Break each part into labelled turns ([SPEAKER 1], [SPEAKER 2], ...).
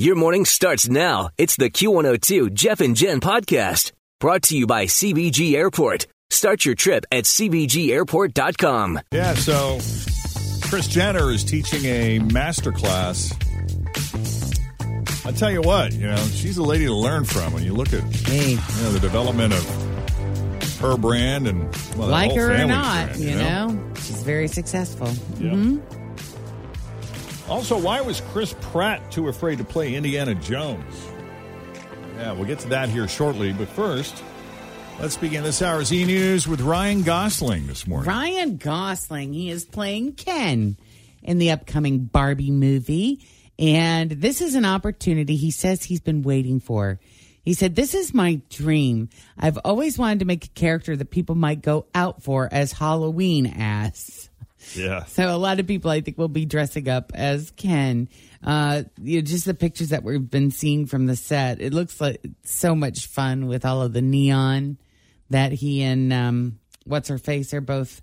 [SPEAKER 1] Your morning starts now. It's the Q102 Jeff and Jen podcast brought to you by CBG Airport. Start your trip at CBGAirport.com.
[SPEAKER 2] Yeah, so Chris Jenner is teaching a master class. I tell you what, you know, she's a lady to learn from when you look at
[SPEAKER 3] Hey,
[SPEAKER 2] you know, the development of her brand and well, the
[SPEAKER 3] like
[SPEAKER 2] whole
[SPEAKER 3] her or
[SPEAKER 2] family's
[SPEAKER 3] not,
[SPEAKER 2] brand,
[SPEAKER 3] you know? she's very successful. Mm-hmm.
[SPEAKER 2] Yeah. Also, why was Chris Pratt too afraid to play Indiana Jones? Yeah, we'll get to that here shortly, but first, let's begin this hour's e news with Ryan Gosling this morning.
[SPEAKER 3] Ryan Gosling, he is playing Ken in the upcoming Barbie movie. And this is an opportunity he says he's been waiting for. He said, This is my dream. I've always wanted to make a character that people might go out for as Halloween ass.
[SPEAKER 2] Yeah.
[SPEAKER 3] So a lot of people, I think, will be dressing up as Ken. Uh, you know, just the pictures that we've been seeing from the set. It looks like so much fun with all of the neon that he and um, what's her face are both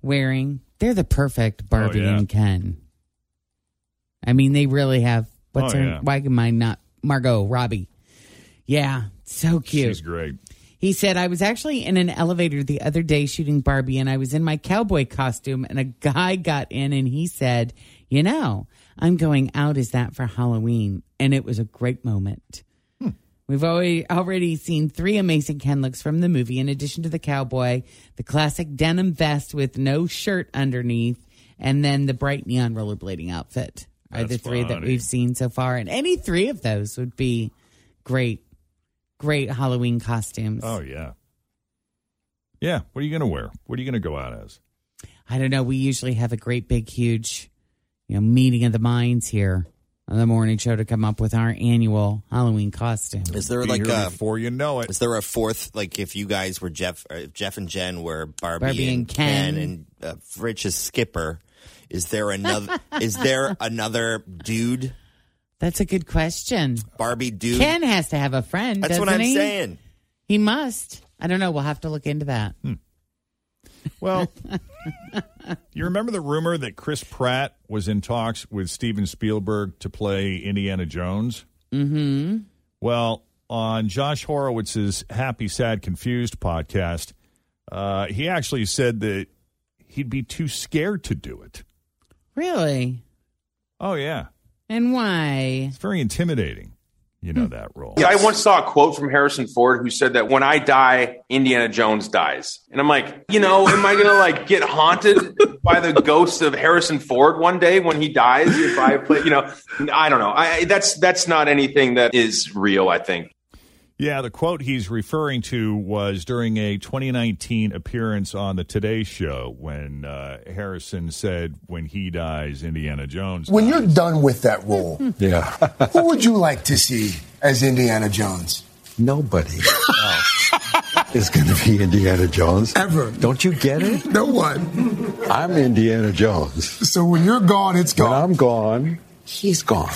[SPEAKER 3] wearing. They're the perfect Barbie
[SPEAKER 2] Oh, yeah.
[SPEAKER 3] and Ken. I mean, they really have. What's
[SPEAKER 2] Oh,
[SPEAKER 3] her?
[SPEAKER 2] yeah.
[SPEAKER 3] Why am I not Margot Robbie? Yeah, so cute.
[SPEAKER 2] She's great.
[SPEAKER 3] He said, I was actually in an elevator the other day shooting Barbie, and I was in my cowboy costume, and a guy got in and he said, You know, I'm going out as that for Halloween. And it was a great moment.
[SPEAKER 2] Hmm.
[SPEAKER 3] We've already, already seen three amazing Ken looks from the movie, in addition to the cowboy, the classic denim vest with no shirt underneath, and then the bright neon rollerblading outfit are the
[SPEAKER 2] That's
[SPEAKER 3] three that
[SPEAKER 2] funny.
[SPEAKER 3] we've seen so far. And any three of those would be great, great Halloween costumes.
[SPEAKER 2] Oh, yeah. Yeah, what are you going to wear? What are you going to go out as?
[SPEAKER 3] I don't know. We usually have a great big huge, you know, meeting of the minds here on the morning show to come up with our annual Halloween costume.
[SPEAKER 4] Is there
[SPEAKER 2] Be
[SPEAKER 4] like
[SPEAKER 2] here
[SPEAKER 4] a
[SPEAKER 2] before you know it.
[SPEAKER 4] is there a fourth like if you guys were Jeff or if Jeff and Jen were Barbie,
[SPEAKER 3] Barbie
[SPEAKER 4] and,
[SPEAKER 3] and Ken.
[SPEAKER 4] and uh, Rich is Skipper? Is there another is there another dude
[SPEAKER 3] That's a good question.
[SPEAKER 4] Barbie dude?
[SPEAKER 3] Ken has to have a friend.
[SPEAKER 4] That's what
[SPEAKER 3] doesn't
[SPEAKER 4] I'm
[SPEAKER 3] he?
[SPEAKER 4] saying.
[SPEAKER 3] He must. I don't know. We'll have to look into that.
[SPEAKER 2] Hmm. Well, you remember the rumor that Chris Pratt was in talks with Steven Spielberg to play Indiana Jones? Mm hmm.
[SPEAKER 3] Mm-hmm.
[SPEAKER 2] Well, on Josh Horowitz's Happy, Sad, Confused podcast, uh, he actually said that he'd be too scared to do it.
[SPEAKER 3] Really?
[SPEAKER 2] Oh, yeah.
[SPEAKER 3] And why? Hmm.
[SPEAKER 2] It's very intimidating, you know, that role.
[SPEAKER 5] Yeah, I once saw a quote from Harrison Ford who said that when I die, Indiana Jones dies. And I'm like, you know, am I going to like get haunted by the ghosts of Harrison Ford one day when he dies if I play, you know, I don't know. I I- that's that's not anything that is real, I think.
[SPEAKER 2] Yeah, the quote he's referring to was during a 2019 appearance on the Today Show when uh, Harrison said, "When he dies, Indiana Jones."
[SPEAKER 6] When you're done with that role,
[SPEAKER 7] Yeah.
[SPEAKER 6] who would you like to see as Indiana Jones?
[SPEAKER 7] Nobody is going to be Indiana Jones.
[SPEAKER 6] Ever.
[SPEAKER 7] Don't you get it?
[SPEAKER 6] No one.
[SPEAKER 7] I'm Indiana Jones.
[SPEAKER 6] So when you're gone, it's
[SPEAKER 7] When
[SPEAKER 6] gone.
[SPEAKER 7] I'm gone, he's gone.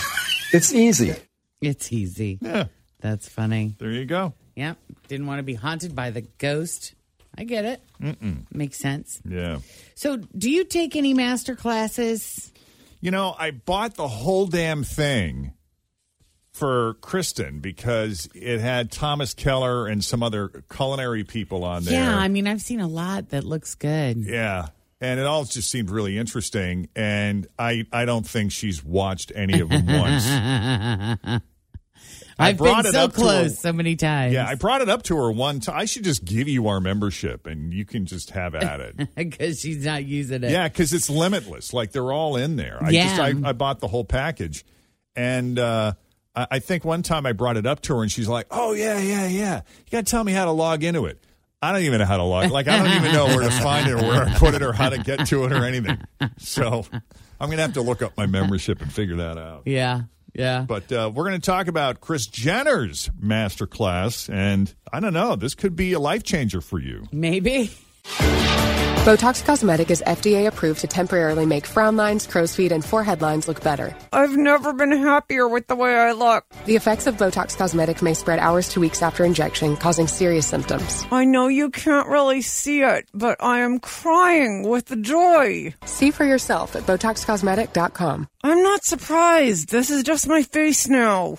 [SPEAKER 7] It's easy.
[SPEAKER 3] It's easy.
[SPEAKER 2] Yeah,
[SPEAKER 3] That's funny.
[SPEAKER 2] there you go.
[SPEAKER 3] Yep. Didn't want to be haunted by the ghost. I get it. Mm-mm. Makes sense.
[SPEAKER 2] Yeah,
[SPEAKER 3] So, do you take any master classes?
[SPEAKER 2] you know, I bought the whole damn thing for Kristen because it had Thomas Keller and some other culinary people on there.
[SPEAKER 3] Yeah, I mean, I've seen a lot that looks good.
[SPEAKER 2] Yeah. And it all just seemed really interesting. And I, I don't think she's watched any of them once.
[SPEAKER 3] I've
[SPEAKER 2] brought
[SPEAKER 3] been
[SPEAKER 2] it
[SPEAKER 3] so
[SPEAKER 2] up to
[SPEAKER 3] close
[SPEAKER 2] a-
[SPEAKER 3] so many times.
[SPEAKER 2] Yeah, I brought it up to her one time. I should just give you our membership and you can just have at it.
[SPEAKER 3] because she's not using it.
[SPEAKER 2] yeah, because it's limitless. Like they're all in there. I just
[SPEAKER 3] Yeah.
[SPEAKER 2] I, I bought the whole package, and uh, I, I think one time I brought it up to her and she's like, "Oh yeah, yeah, yeah. You got to tell me how to log into it." I don't even know how to log. Like I don't even know where to find it or where I put it or how to get to it or anything. So I'm gonna have to look up my membership and figure that out.
[SPEAKER 3] Yeah. Yeah.
[SPEAKER 2] But uh, we're going to talk about Chris Jenner's masterclass, and I don't know, this could be a life changer for you.
[SPEAKER 3] Maybe.
[SPEAKER 8] Botox Cosmetic is FDA approved to temporarily make frown lines, crow's feet, and forehead lines look better.
[SPEAKER 9] I've never been happier with the way I look.
[SPEAKER 8] The effects of Botox Cosmetic may spread hours to weeks after injection, causing serious symptoms.
[SPEAKER 9] I know you can't really see it, but I am crying with the joy.
[SPEAKER 8] See for yourself at BotoxCosmetic.com.
[SPEAKER 9] I'm not surprised. This is just my face now.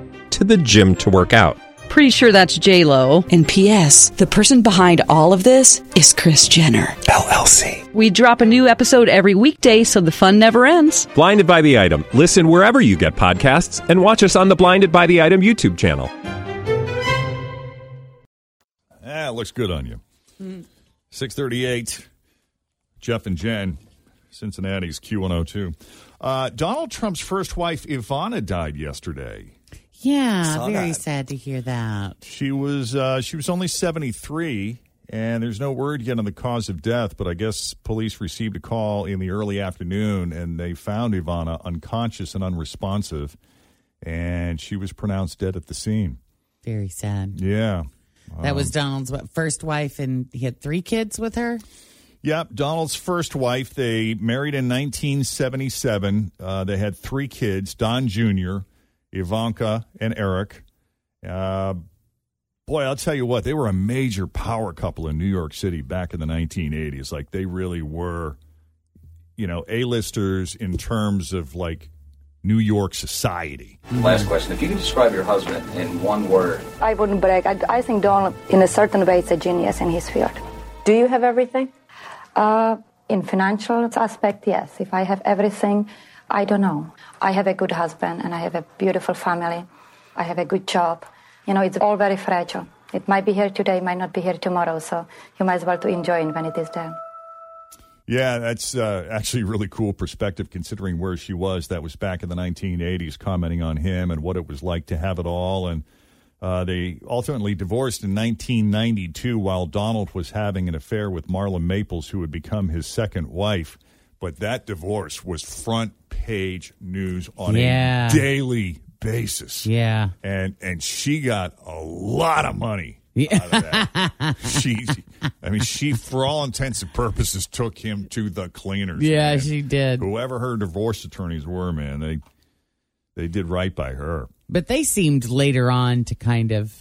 [SPEAKER 10] to the gym to work out.
[SPEAKER 11] Pretty sure that's J Lo.
[SPEAKER 12] And P.S. The person behind all of this is Chris Jenner
[SPEAKER 10] LLC.
[SPEAKER 11] We drop a new episode every weekday, so the fun never ends.
[SPEAKER 10] Blinded by the item. Listen wherever you get podcasts, and watch us on the Blinded by the Item YouTube channel.
[SPEAKER 2] Ah, it looks good on you. 638, Jeff and Jen, Cincinnati's Q102. Uh, Donald Trump's first wife, Ivana, died yesterday.
[SPEAKER 3] Yeah.
[SPEAKER 13] Saw
[SPEAKER 3] very
[SPEAKER 13] that.
[SPEAKER 3] sad to hear that.
[SPEAKER 2] She was uh, she was only 73, and there's no word yet on the cause of death, but I guess police received a call in the early afternoon, and they found Ivana unconscious and unresponsive, and she was pronounced dead at the scene.
[SPEAKER 3] Very sad.
[SPEAKER 2] Yeah. Oh. Um,
[SPEAKER 3] That was Donald's what, first wife, and he had three kids with her.
[SPEAKER 2] Yep, Donald's first wife. They married in 1977. Uh, they had three kids: Don Jr., Ivanka, and Eric. Uh, boy, I'll tell you what, they were a major power couple in New York City back in the 1980s. Like they really were, you know, A-listers in terms of like New York society.
[SPEAKER 7] Last question. If you could describe your husband in one word,
[SPEAKER 14] I wouldn't break. I, I think Donald, in a certain way, is a genius in his field.
[SPEAKER 9] Do you have everything?
[SPEAKER 14] Uh, in financial aspect, yes. If I have everything, I don't know. I have a good husband and I have a beautiful family. I have a good job. You know, it's all very fragile. It might be here today, might not be here tomorrow. So you might as well to enjoy it when it is there.
[SPEAKER 2] Yeah, that's uh, actually a really cool perspective considering where she was. That was back in the 1980s, commenting on him and what it was like to have it all. And uh, they ultimately divorced in 1992 while Donald was having an affair with Marla Maples, who would become his second wife. But that divorce was front page news on
[SPEAKER 3] Yeah.
[SPEAKER 2] a daily basis.
[SPEAKER 3] Yeah.
[SPEAKER 2] And, and she got a lot of money. Out of that. she, I mean, she, for all intents and purposes, took him to the cleaners.
[SPEAKER 3] Yeah,
[SPEAKER 2] man.
[SPEAKER 3] she did.
[SPEAKER 2] Whoever her divorce attorneys were, man, they they did right by her.
[SPEAKER 3] But they seemed later on to kind of,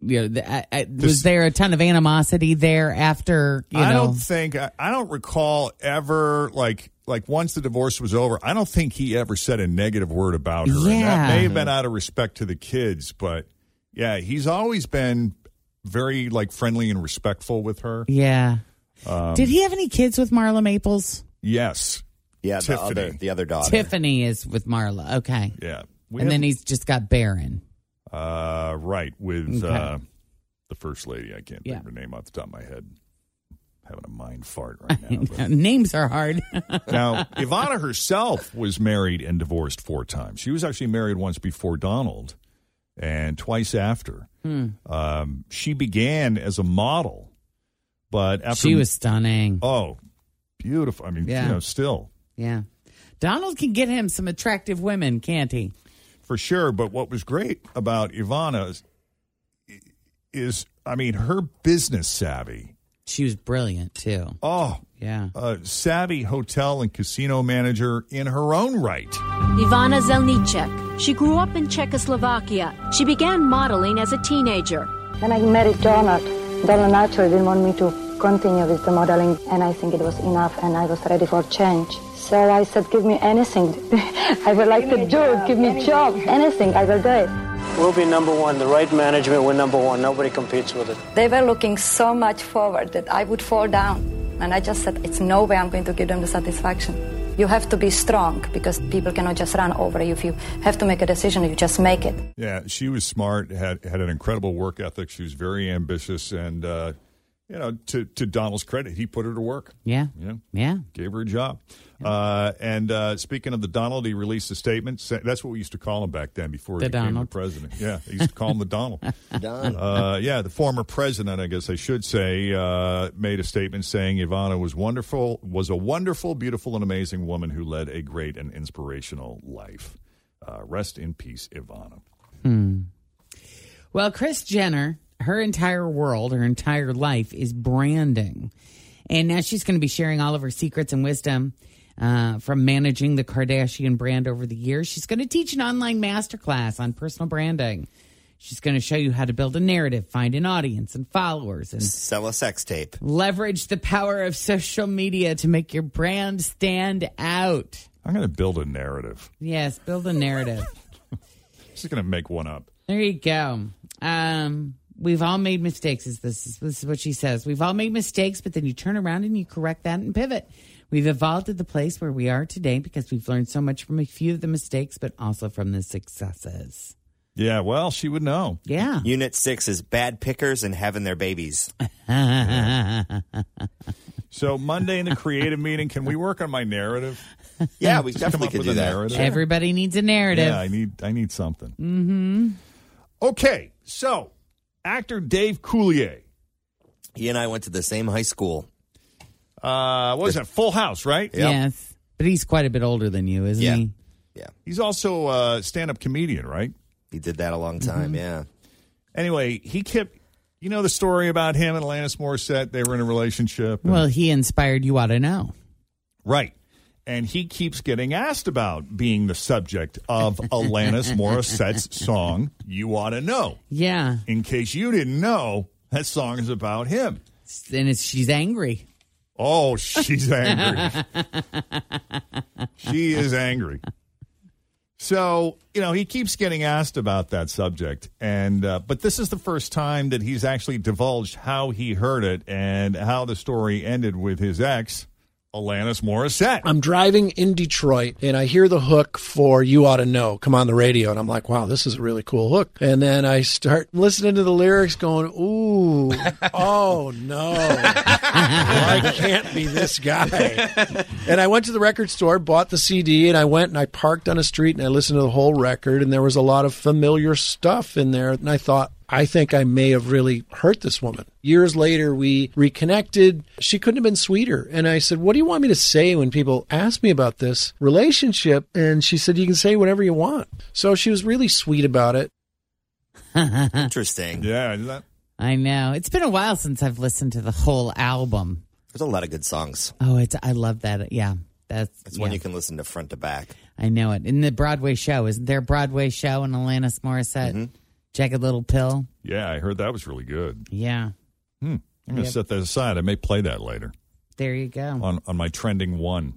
[SPEAKER 3] you know, the, I, I, was
[SPEAKER 2] This-
[SPEAKER 3] there a ton of animosity there after, you
[SPEAKER 2] I
[SPEAKER 3] know?
[SPEAKER 2] don't think I, I don't recall ever like like once the divorce was over. I don't think he ever said a negative word about her. And that
[SPEAKER 3] Yeah.
[SPEAKER 2] may have been out of respect to the kids, but yeah, he's always been very like friendly and respectful with her.
[SPEAKER 3] yeah. Did
[SPEAKER 2] um,
[SPEAKER 3] he have any kids with Marla Maples?
[SPEAKER 2] Yes,
[SPEAKER 13] Yeah, the
[SPEAKER 2] Tiffany.
[SPEAKER 13] other the other daughter.
[SPEAKER 3] Tiffany is with Marla. Okay.
[SPEAKER 2] yeah. We
[SPEAKER 3] and
[SPEAKER 2] have-
[SPEAKER 3] then he's just got Barron.
[SPEAKER 2] Uh, right, with
[SPEAKER 3] Okay.
[SPEAKER 2] uh, the first lady. I can't
[SPEAKER 3] Yeah.
[SPEAKER 2] think of her name off the top of my head. having a mind fart right now. but-
[SPEAKER 3] Names are hard.
[SPEAKER 2] now, Ivana herself was married and divorced four times. She was actually married once before Donald and twice after.
[SPEAKER 3] Hmm.
[SPEAKER 2] Um, she began as a model, but after
[SPEAKER 3] she was stunning.
[SPEAKER 2] oh, beautiful. I mean,
[SPEAKER 3] Yeah.
[SPEAKER 2] you know, still
[SPEAKER 3] Yeah. Donald can get him some attractive women, can't he?
[SPEAKER 2] for sure. But what was great about Ivana is, is I mean, her business savvy.
[SPEAKER 3] She was brilliant too.
[SPEAKER 2] Oh,
[SPEAKER 3] Yeah.
[SPEAKER 2] a savvy hotel and casino manager in her own right.
[SPEAKER 15] Ivana Zelnicek. She grew up in Czechoslovakia. She began modeling as a teenager.
[SPEAKER 14] When I married Donald, Donald naturally didn't want me to continue with the modeling, and I think it was enough, and I was ready for change. So I said, give me anything. I would like to do it. Give me a job. Anything. I will do it.
[SPEAKER 9] We'll be number one. The right management, we're number one. Nobody competes with it.
[SPEAKER 14] They were looking so much forward that I would fall down. And I just said, it's no way I'm going to give them the satisfaction. You have to be strong because people cannot just run over you. If you have to make a decision, you just make it.
[SPEAKER 2] Yeah, she was smart. had had an incredible work ethic. She was very ambitious, and uh, you know, to to Donald's credit, he put her to work.
[SPEAKER 3] Yeah.
[SPEAKER 2] You know,
[SPEAKER 3] Yeah.
[SPEAKER 2] gave her a job. Uh, and uh, speaking of the Donald, he released a statement. Sa- That's what we used to call him back then before he
[SPEAKER 3] The
[SPEAKER 2] became
[SPEAKER 3] Donald.
[SPEAKER 2] the president. Yeah, they used to call him the Donald. Uh, yeah, the former president, I guess I should say, uh, made a statement saying Ivana was wonderful, was a wonderful, beautiful, and amazing woman who led a great and inspirational life. Uh, rest in peace, Ivana.
[SPEAKER 3] Hmm. Well, Chris Jenner, her entire world, her entire life is branding. And now she's going to be sharing all of her secrets and wisdom uh, from managing the Kardashian brand over the years. She's going to teach an online masterclass on personal branding. She's going to show you how to build a narrative, find an audience and followers, and
[SPEAKER 4] Sell a sex tape.
[SPEAKER 3] leverage the power of social media to make your brand stand out.
[SPEAKER 2] I'm going to build a narrative.
[SPEAKER 3] Yes, build a narrative.
[SPEAKER 2] She's going to make one up.
[SPEAKER 3] There you go. Um, we've all made mistakes. Is this is this is what she says? We've all made mistakes, but then you turn around and you correct that and pivot. We've evolved to the place where we are today because we've learned so much from a few of the mistakes, but also from the successes.
[SPEAKER 2] Yeah, well, she would know.
[SPEAKER 3] Yeah.
[SPEAKER 4] Unit six is bad pickers and having their babies.
[SPEAKER 2] So Monday in the creative meeting, can we work on my narrative?
[SPEAKER 4] Yeah, we
[SPEAKER 2] Just come
[SPEAKER 4] definitely
[SPEAKER 2] up
[SPEAKER 4] could
[SPEAKER 2] with
[SPEAKER 4] do
[SPEAKER 2] a
[SPEAKER 4] that.
[SPEAKER 2] narrative.
[SPEAKER 3] Everybody needs a narrative.
[SPEAKER 2] Yeah, I need I need something.
[SPEAKER 3] mm-hmm.
[SPEAKER 2] Okay, so actor Dave Coulier.
[SPEAKER 4] He and I went to the same high school.
[SPEAKER 2] Uh, what was that? Full House, right?
[SPEAKER 3] Yes, but he's quite a bit older than you, isn't
[SPEAKER 4] Yeah.
[SPEAKER 3] he?
[SPEAKER 2] He's also a stand-up comedian, right?
[SPEAKER 4] He did that a long
[SPEAKER 3] Mm-hmm.
[SPEAKER 4] time, yeah.
[SPEAKER 2] Anyway, he kept. You know the story about him and Alanis Morissette. They were in a relationship,
[SPEAKER 3] Well, he inspired you ought to know.
[SPEAKER 2] right? And he keeps getting asked about being the subject of Alanis Morissette's song "You Ought to Know."
[SPEAKER 3] Yeah,
[SPEAKER 2] In case you didn't know, that song is about him.
[SPEAKER 3] and it's she's angry.
[SPEAKER 2] Oh, she's angry. she is angry. So, you know, he keeps getting asked about that subject. And, uh, but this is the first time that he's actually divulged how he heard it and how the story ended with his ex, Alanis Morissette.
[SPEAKER 16] I'm driving in Detroit and I hear the hook for You Ought to Know come on the radio. And I'm like, wow, this is a really cool hook. And then I start listening to the lyrics going, ooh, oh no. I can't be this guy. And I went to the record store, bought the CD, and I went and I parked on a street and I listened to the whole record. And there was a lot of familiar stuff in there. And I thought, I think I may have really hurt this woman. Years later, we reconnected. She couldn't have been sweeter. And I said, What do you want me to say when people ask me about this relationship? And she said, You can say whatever you want. So she was really sweet about it.
[SPEAKER 4] Interesting.
[SPEAKER 2] Yeah, isn't that?
[SPEAKER 3] I know. It's been a while since I've listened to the whole album.
[SPEAKER 4] There's a lot of good songs.
[SPEAKER 3] Oh, it's I love that. Yeah, that's
[SPEAKER 4] It's one
[SPEAKER 3] yeah.
[SPEAKER 4] you can listen to front to back.
[SPEAKER 3] I know it. In the Broadway show, isn't there a Broadway show in Alanis Morissette?
[SPEAKER 2] Mm-hmm.
[SPEAKER 3] Jagged Little Pill.
[SPEAKER 2] Yeah, I heard that was really good.
[SPEAKER 3] Yeah,
[SPEAKER 2] Hmm. I'm going to
[SPEAKER 3] Yep.
[SPEAKER 2] set that aside. I may play that later
[SPEAKER 3] there you go.
[SPEAKER 2] on, on my trending one.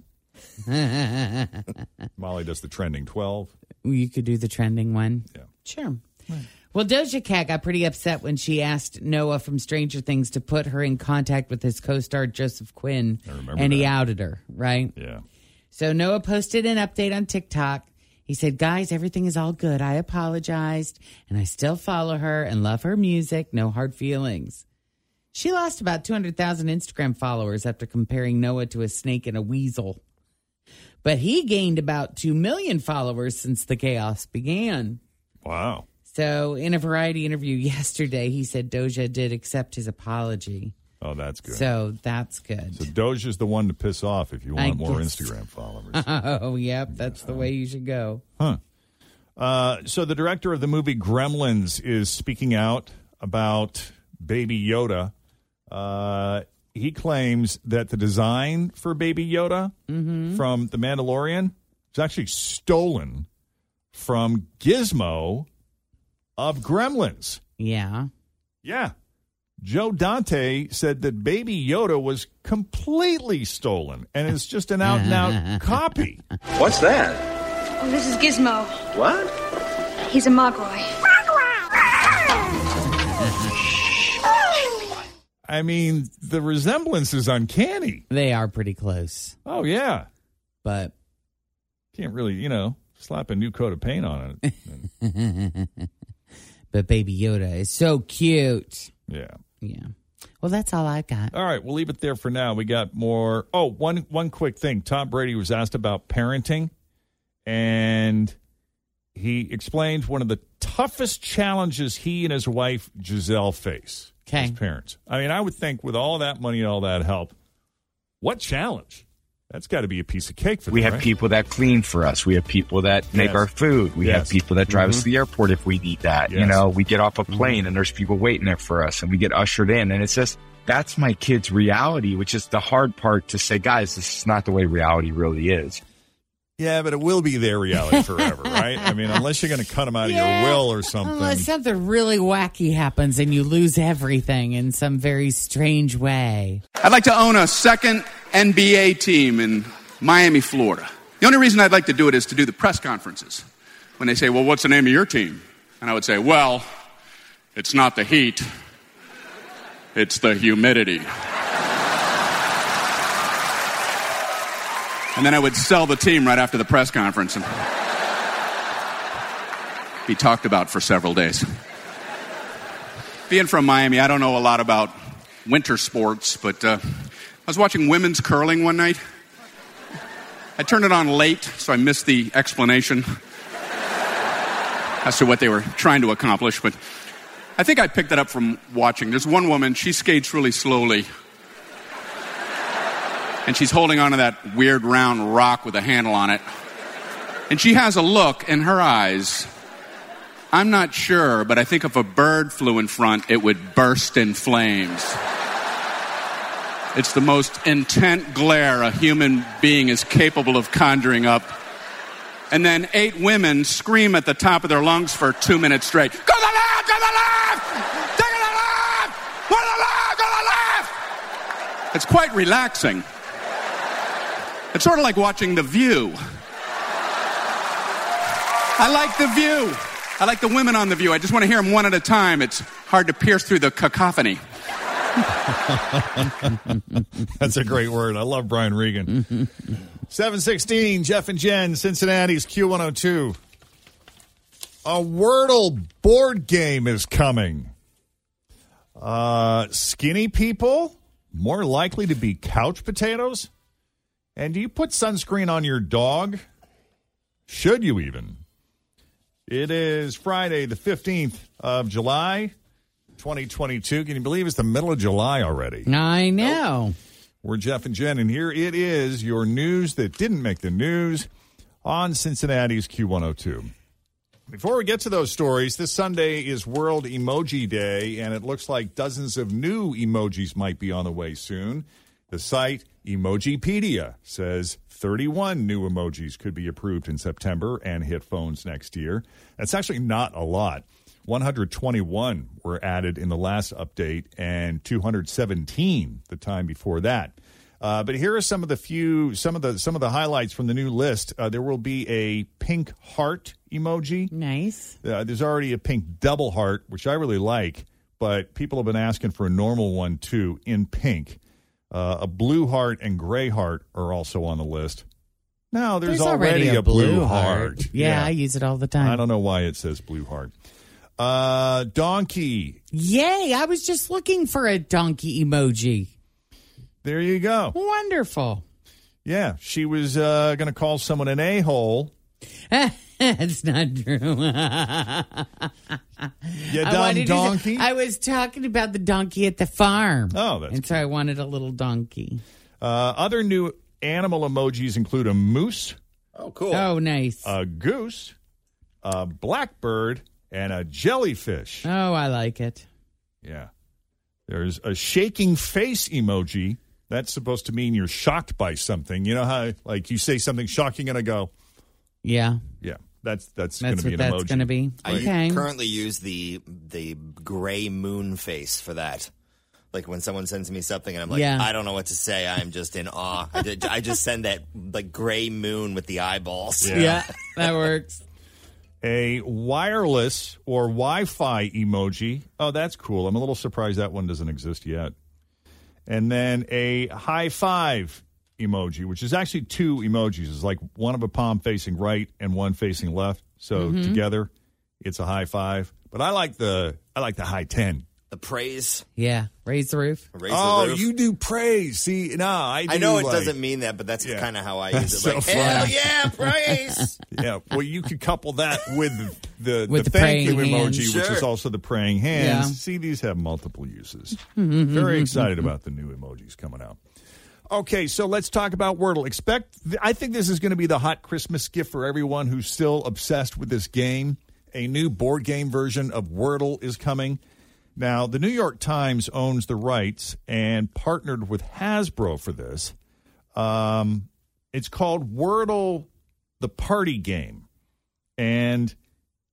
[SPEAKER 3] you
[SPEAKER 2] Molly does the trending 12.
[SPEAKER 3] could do the trending one.
[SPEAKER 2] Yeah.
[SPEAKER 3] Sure. Well, Doja Cat got pretty upset when she asked Noah from Stranger Things to put her in contact with his co-star Joseph Quinn,
[SPEAKER 17] remember
[SPEAKER 3] and he
[SPEAKER 17] that.
[SPEAKER 3] outed her. Right?
[SPEAKER 2] Yeah.
[SPEAKER 3] So Noah posted an update on TikTok. He said, Guys, everything is all good. I apologized and I still follow her and love her music. No hard feelings. She lost about 200,000 Instagram followers after comparing Noah to a snake and a weasel. But he gained about 2 million followers since the chaos began.
[SPEAKER 2] Wow.
[SPEAKER 3] So, in a variety interview yesterday, he said Doja did accept his apology.
[SPEAKER 2] Oh, that's good.
[SPEAKER 3] So, that's good.
[SPEAKER 2] So Doja's the one to piss off if you
[SPEAKER 3] I
[SPEAKER 2] want more
[SPEAKER 3] guess.
[SPEAKER 2] Instagram followers.
[SPEAKER 3] Oh, yep. That's the way you should go.
[SPEAKER 2] Huh. Uh, so the director of the movie Gremlins is speaking out about Baby Yoda. Uh, he claims that the design for Baby Yoda
[SPEAKER 5] Hmm?
[SPEAKER 2] from The Mandalorian is actually stolen from Gizmo of Gremlins.
[SPEAKER 3] Yeah.
[SPEAKER 2] Yeah. Joe Dante said that Baby Yoda was completely stolen and it's just an out and out copy.
[SPEAKER 5] What's that?
[SPEAKER 18] Oh, this is Gizmo.
[SPEAKER 5] What?
[SPEAKER 18] He's a Mogwai.
[SPEAKER 2] I mean, the resemblance is uncanny.
[SPEAKER 3] They are pretty close.
[SPEAKER 2] Oh, yeah.
[SPEAKER 3] But
[SPEAKER 2] can't really, you know, slap a new coat of paint on it.
[SPEAKER 3] but Baby Yoda is so cute.
[SPEAKER 2] Yeah.
[SPEAKER 3] Yeah. Well, that's all I've got.
[SPEAKER 2] All right, we'll leave it there for now. We got more. Oh, one one quick thing. Tom Brady was asked about parenting, and he explained one of the toughest challenges he and his wife Giselle face.
[SPEAKER 3] Okay.
[SPEAKER 2] As parents, I mean, I would think with all that money and all that help, what challenge? That's got to be a piece of cake for
[SPEAKER 17] We
[SPEAKER 2] them,
[SPEAKER 17] have
[SPEAKER 2] right?
[SPEAKER 17] people that clean for us. We have people that make
[SPEAKER 2] Yes.
[SPEAKER 17] our food. We have
[SPEAKER 2] Yes.
[SPEAKER 17] people that drive us
[SPEAKER 2] Mhm.
[SPEAKER 17] to the airport if we need that. You
[SPEAKER 2] Yes. Mm-hmm.
[SPEAKER 17] know, we get off a plane and there's people waiting there for us and we get ushered in. And it's just, that's my kid's reality, which is the hard part to say, guys, this is not the way reality really is.
[SPEAKER 2] Yeah, but it will be their reality forever, right? I mean, unless you're going to cut them out of
[SPEAKER 3] Yeah.
[SPEAKER 2] your will or something.
[SPEAKER 3] Unless something really wacky happens and you lose everything in some very strange way.
[SPEAKER 19] I'd like to own a second NBA team in Miami, Florida. The only reason I'd like to do it is to do the press conferences. When they say, Well, what's the name of your team? And I would say, Well, it's not the heat, it's the humidity. And then I would sell the team right after the press conference and be talked about for several days. Being from Miami, I don't know a lot about winter sports, but uh, I was watching women's curling one night. I turned it on late, so I missed the explanation as to what they were trying to accomplish, but I think I picked that up from watching. There's one woman, she skates really slowly, and she's holding onto that weird round rock with a handle on it. And she has a look in her eyes I'm not sure, but I think if a bird flew in front, it would burst in flames. It's the most intent glare a human being is capable of conjuring up. And then eight women scream at the top of their lungs for two minutes straight. Go to the left! Go to the left! Take it to the left! Go to the left! Go to the left! It's quite relaxing. It's sort of like watching The View. I like the view. I like the women on the view. I just want to hear them one at a time. It's hard to pierce through the cacophony.
[SPEAKER 2] That's a great word. I love Brian Regan. 716, Jeff and Jen, Cincinnati's Q102. A Wordle board game is coming. Uh, skinny people more likely to be couch potatoes. And do you put sunscreen on your dog? Should you even? It is Friday, the 15th of July, 2022. Can you believe it's the middle of July already?
[SPEAKER 3] I know.
[SPEAKER 2] We're Jeff and Jen, and here it is your news that didn't make the news on Cincinnati's Q102. Before we get to those stories, this Sunday is World Emoji Day, and it looks like dozens of new emojis might be on the way soon. The site Emojipedia says 31 new emojis could be approved in September and hit phones next year. That's actually not a lot. 121 were added in the last update and 217 the time before that. Uh, but here are some of the few, some of the some of the highlights from the new list. Uh, there will be a pink heart emoji.
[SPEAKER 3] Nice.
[SPEAKER 2] Uh, there's already a pink double heart, which I really like, but people have been asking for a normal one too in pink. Uh, a blue heart and gray heart are also on the list.
[SPEAKER 3] Oh,
[SPEAKER 2] No, there's, already, a blue, heart.
[SPEAKER 3] Yeah, I use it all the
[SPEAKER 2] I
[SPEAKER 3] time.
[SPEAKER 2] don't know why it says blue heart. Uh, donkey.
[SPEAKER 3] Yay, I was just looking for a donkey emoji.
[SPEAKER 2] There you go.
[SPEAKER 3] Wonderful.
[SPEAKER 2] Yeah, she was uh, going to call someone an a hole.
[SPEAKER 3] That's not true.
[SPEAKER 2] You
[SPEAKER 3] I
[SPEAKER 2] dumb
[SPEAKER 3] wanted to-
[SPEAKER 2] donkey.
[SPEAKER 3] I was talking about the donkey at the farm.
[SPEAKER 2] Oh, that's
[SPEAKER 3] and so I wanted a little donkey.
[SPEAKER 2] Uh, other new animal emojis include a moose. Oh, cool.
[SPEAKER 3] Oh, nice.
[SPEAKER 2] A goose, a blackbird, and a jellyfish.
[SPEAKER 3] Oh, I like it.
[SPEAKER 2] Yeah. There's a shaking face emoji. That's supposed to mean you're shocked by something. You know how, like, you say something shocking and I go,
[SPEAKER 3] Yeah,
[SPEAKER 2] yeah, that's that's, going
[SPEAKER 3] that's
[SPEAKER 2] to be
[SPEAKER 3] what
[SPEAKER 2] an
[SPEAKER 3] that's
[SPEAKER 2] emoji.
[SPEAKER 3] going to be.
[SPEAKER 4] I
[SPEAKER 3] Okay.
[SPEAKER 4] currently use the the gray moon face for that. Like when someone sends me something and I'm like,
[SPEAKER 3] Yeah.
[SPEAKER 4] I don't know what to say. I'm just in awe. I, did- I just send that like gray moon with the eyeballs.
[SPEAKER 2] Yeah. Yeah.
[SPEAKER 3] that works.
[SPEAKER 2] A wireless or Wi Fi emoji. Oh, that's cool. I'm a little surprised that one doesn't exist yet. And then a high five emoji, which is actually two emojis. It's like one of a palm facing right and one facing left. So
[SPEAKER 3] Mm-hmm.
[SPEAKER 4] Mhm.
[SPEAKER 2] together, it's a high five. But I like the I like the high ten.
[SPEAKER 4] The praise.
[SPEAKER 3] Yeah, raise the roof.
[SPEAKER 4] Raise
[SPEAKER 2] oh,
[SPEAKER 4] the roof.
[SPEAKER 2] you do praise. See, nah, I
[SPEAKER 4] I know
[SPEAKER 2] do
[SPEAKER 4] it
[SPEAKER 2] like-
[SPEAKER 4] doesn't mean that, but that's kind of how I
[SPEAKER 2] That's
[SPEAKER 4] use it.
[SPEAKER 2] so
[SPEAKER 4] like,
[SPEAKER 2] funny.
[SPEAKER 4] hell yeah, praise.
[SPEAKER 2] yeah. Well, you could couple that with the
[SPEAKER 4] With
[SPEAKER 2] the,
[SPEAKER 4] the
[SPEAKER 2] thank you
[SPEAKER 4] praying
[SPEAKER 2] emoji,
[SPEAKER 4] hands.
[SPEAKER 2] which is
[SPEAKER 4] Sure.
[SPEAKER 2] also the praying hands.
[SPEAKER 4] Yeah.
[SPEAKER 2] See, these have multiple uses. Very excited about the new emojis coming out. Okay, so let's talk about Wordle. Expect, I think this is going to be the hot Christmas gift for everyone who's still obsessed with this game. A new board game version of Wordle is coming. Now, the New York Times owns the rights and partnered with Hasbro for this. Um, it's called Wordle the Party Game. And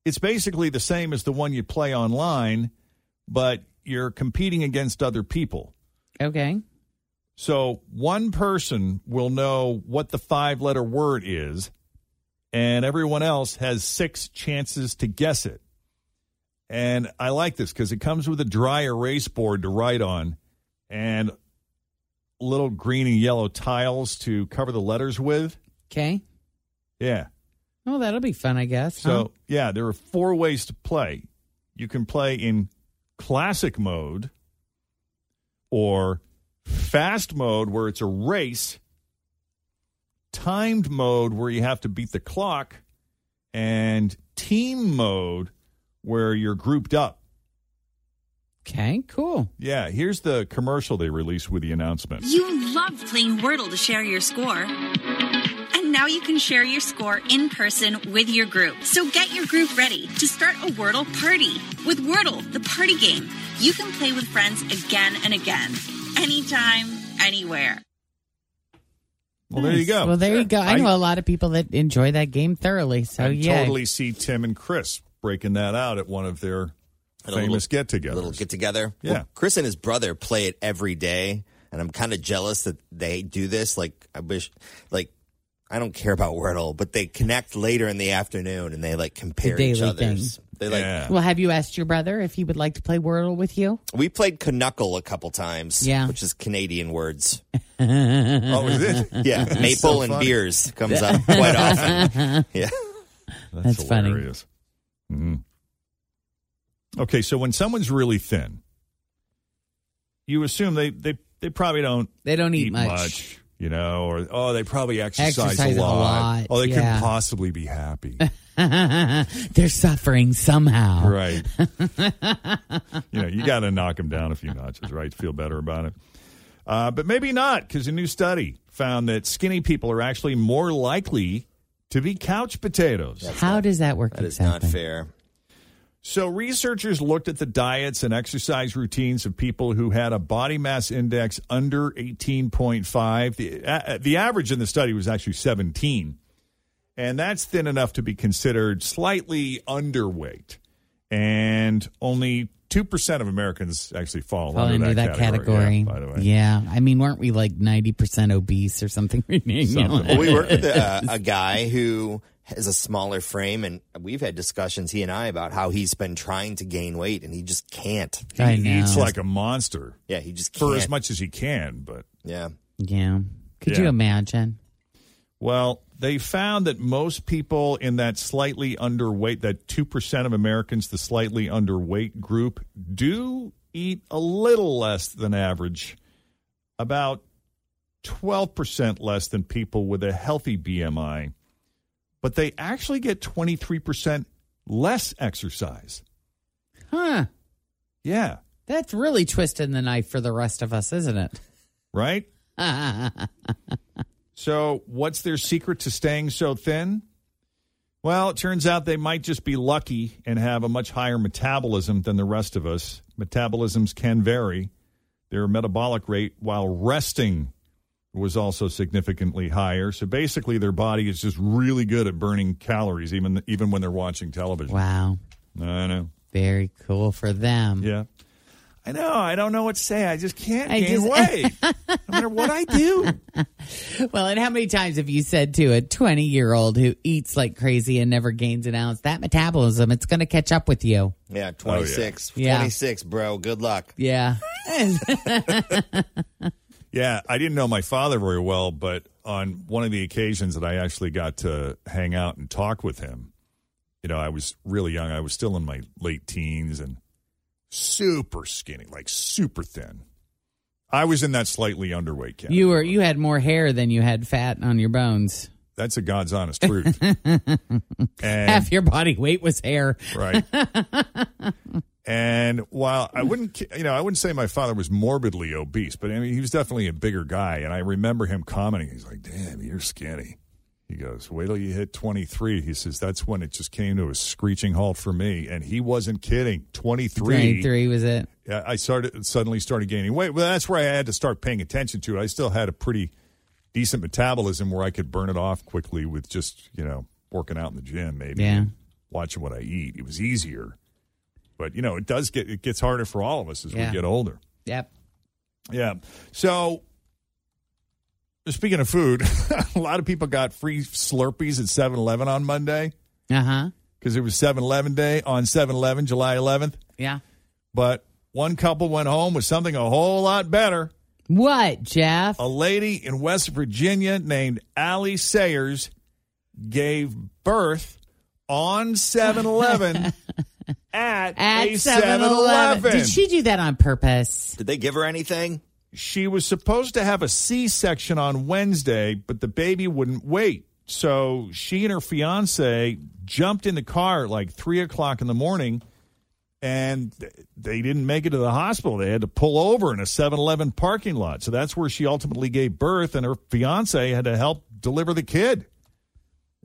[SPEAKER 2] it's basically the same as the one you play online, but you're competing against other people.
[SPEAKER 3] Okay.
[SPEAKER 2] So one person will know what the five letter word is, and everyone else has six chances to guess it. And I like this because it comes with a dry erase board to write on and little green and yellow tiles to cover the letters with.
[SPEAKER 3] Okay.
[SPEAKER 2] Yeah.
[SPEAKER 3] Oh, that'll be fun, I guess.
[SPEAKER 2] So, yeah, there are four ways to play. You can play in classic mode or fast mode where it's a race, timed mode where you have to beat the clock, and team mode where you're grouped up.
[SPEAKER 3] Okay, cool.
[SPEAKER 2] Yeah, here's the commercial they released with the announcement.
[SPEAKER 20] You loved playing Wordle to share your score. And now you can share your score in person with your group. So get your group ready to start a Wordle party. With Wordle, the party game, you can play with friends again and again, anytime, anywhere.
[SPEAKER 2] Well, there you go.
[SPEAKER 3] Well, there you go. I
[SPEAKER 2] I-
[SPEAKER 3] know a lot of people that enjoy that game thoroughly. So
[SPEAKER 2] I
[SPEAKER 3] Oh, yeah,
[SPEAKER 2] totally see Tim and Chris breaking that out at one of their
[SPEAKER 4] At a little-
[SPEAKER 2] famous get
[SPEAKER 4] A little
[SPEAKER 2] togethers.
[SPEAKER 4] get together.
[SPEAKER 2] Yeah.
[SPEAKER 4] Chris and his brother play it every day, and I'm kind of jealous that they do this. Like, I wish, like, I don't care about Wordle, but they connect later in the afternoon and they like compare each
[SPEAKER 3] daily
[SPEAKER 4] other's.
[SPEAKER 3] thing.
[SPEAKER 4] They like.
[SPEAKER 3] Well, have you asked your brother if he would like to play Wordle with you?
[SPEAKER 4] We played Knuckle a couple times,
[SPEAKER 3] Yeah.
[SPEAKER 4] which is Canadian words.
[SPEAKER 3] oh,
[SPEAKER 2] is it?
[SPEAKER 4] Yeah,
[SPEAKER 2] That's
[SPEAKER 4] maple
[SPEAKER 2] so
[SPEAKER 4] and
[SPEAKER 2] funny.
[SPEAKER 4] beers comes up quite often. Yeah,
[SPEAKER 2] That's,
[SPEAKER 3] That's funny.
[SPEAKER 2] hilarious. Mhm. Okay, so when someone's really thin, you assume they they, they probably don't
[SPEAKER 3] They don't eat
[SPEAKER 2] eat
[SPEAKER 3] much.
[SPEAKER 2] you know, or oh, they probably exercise,
[SPEAKER 3] Exercise a
[SPEAKER 2] a, lot.
[SPEAKER 3] lot,
[SPEAKER 2] Oh, they
[SPEAKER 3] yeah.
[SPEAKER 2] couldn't possibly be happy,
[SPEAKER 3] They're suffering somehow.
[SPEAKER 2] right? you know, you got to knock them down a few notches, right? to Feel better about it. Uh, but maybe not, because a new study found that skinny people are actually more likely to be couch potatoes.
[SPEAKER 3] How does that work?
[SPEAKER 4] that is
[SPEAKER 3] exactly?
[SPEAKER 4] not fair.
[SPEAKER 2] So, researchers looked at the diets and exercise routines of people who had a body mass index under 18.5. The, a- the average in the study was actually 17, and that's thin enough to be considered slightly underweight. And only 2% of Americans actually fall,
[SPEAKER 3] Fall
[SPEAKER 2] under,
[SPEAKER 3] into that category.
[SPEAKER 2] Yeah, by the way.
[SPEAKER 3] Yeah. I mean, weren't we like ninety percent obese or something? ridiculous?
[SPEAKER 4] Well, we work with a, a guy who has a smaller frame, and we've had discussions, he and I, about how he's been trying to gain weight, and he just can't.
[SPEAKER 2] He eats like a monster
[SPEAKER 4] Yeah, he just can't.
[SPEAKER 2] for as much as he can, but
[SPEAKER 4] yeah.
[SPEAKER 3] Yeah. Could
[SPEAKER 2] Yeah.
[SPEAKER 3] you imagine?
[SPEAKER 2] Well, they found that most people in that slightly underweight, that 2% of Americans, the slightly underweight group, do eat a little less than average, about 12% less than people with a healthy BMI, but they actually get 23% less exercise.
[SPEAKER 3] Huh.
[SPEAKER 2] Yeah,
[SPEAKER 3] That's really twisting the knife for the rest of us, isn't it?
[SPEAKER 2] right? So, what's their secret to staying so thin? Well, it turns out they might just be lucky and have a much higher metabolism than the rest of us. Metabolisms can vary. Their metabolic rate while resting was also significantly higher. So basically their body is just really good at burning calories even even when they're watching television.
[SPEAKER 3] wow.
[SPEAKER 2] I know.
[SPEAKER 3] Very cool for them.
[SPEAKER 2] Yeah. I know. I don't know what to say. I just can't
[SPEAKER 3] I
[SPEAKER 2] gain
[SPEAKER 3] just-
[SPEAKER 2] weight. no matter what I do.
[SPEAKER 3] Well, and how many times have you said to a 20 year old who eats like crazy and never gains an ounce, that metabolism, it's going to catch up with you?
[SPEAKER 2] Oh,
[SPEAKER 4] Yeah, 26.
[SPEAKER 3] Yeah.
[SPEAKER 4] 26, bro. Good luck.
[SPEAKER 3] Yeah.
[SPEAKER 2] Yeah, I didn't know my father very well, but on one of the occasions that I actually got to hang out and talk with him, you know, I was really young. I was still in my late teens and super skinny, like super thin. I was in that slightly underweight category.
[SPEAKER 3] You were you had more hair than you had fat on your bones.
[SPEAKER 2] That's a God's honest truth. And-
[SPEAKER 3] Half your body weight was hair.
[SPEAKER 2] Right. and while I wouldn't, ki- you know, I wouldn't say my father was morbidly obese, but I mean, he was definitely a bigger guy. And I remember him commenting, he's like, damn, you're skinny. He goes, wait till you hit 23. He says, that's when it just came to a screeching halt for me. And he wasn't kidding. 23.
[SPEAKER 3] 23 was it?
[SPEAKER 2] Yeah, I started suddenly started gaining weight. Well, that's where I had to start paying attention to it. I still had a pretty decent metabolism where I could burn it off quickly with just you know working out in the gym, maybe
[SPEAKER 3] Yeah.
[SPEAKER 2] watching what I eat. It was easier, but you know it does get it gets harder for all of us as
[SPEAKER 3] Yeah.
[SPEAKER 2] we get older.
[SPEAKER 3] Yep.
[SPEAKER 2] Yeah. So speaking of food, a lot of people got free Slurpees at 7-Eleven on Monday
[SPEAKER 3] Uh-huh.
[SPEAKER 2] because it was 7-Eleven day on 7-Eleven, July 11th
[SPEAKER 3] Yeah.
[SPEAKER 2] but one couple went home with something a whole lot better.
[SPEAKER 3] What, Jeff?
[SPEAKER 2] A lady in West Virginia named Allie Sayers gave birth on 7 Eleven at,
[SPEAKER 3] At
[SPEAKER 2] a 7
[SPEAKER 3] 7-Eleven.
[SPEAKER 2] Eleven.
[SPEAKER 3] Did she do that on purpose?
[SPEAKER 4] Did they give her anything?
[SPEAKER 2] She was supposed to have a C section on Wednesday, but the baby wouldn't wait. So she and her fiance jumped in the car at like three o'clock in the morning and th- they didn't make it to the hospital. They had to pull over in a 7 Eleven parking lot. So that's where she ultimately gave birth, and her fiance had to help deliver the kid.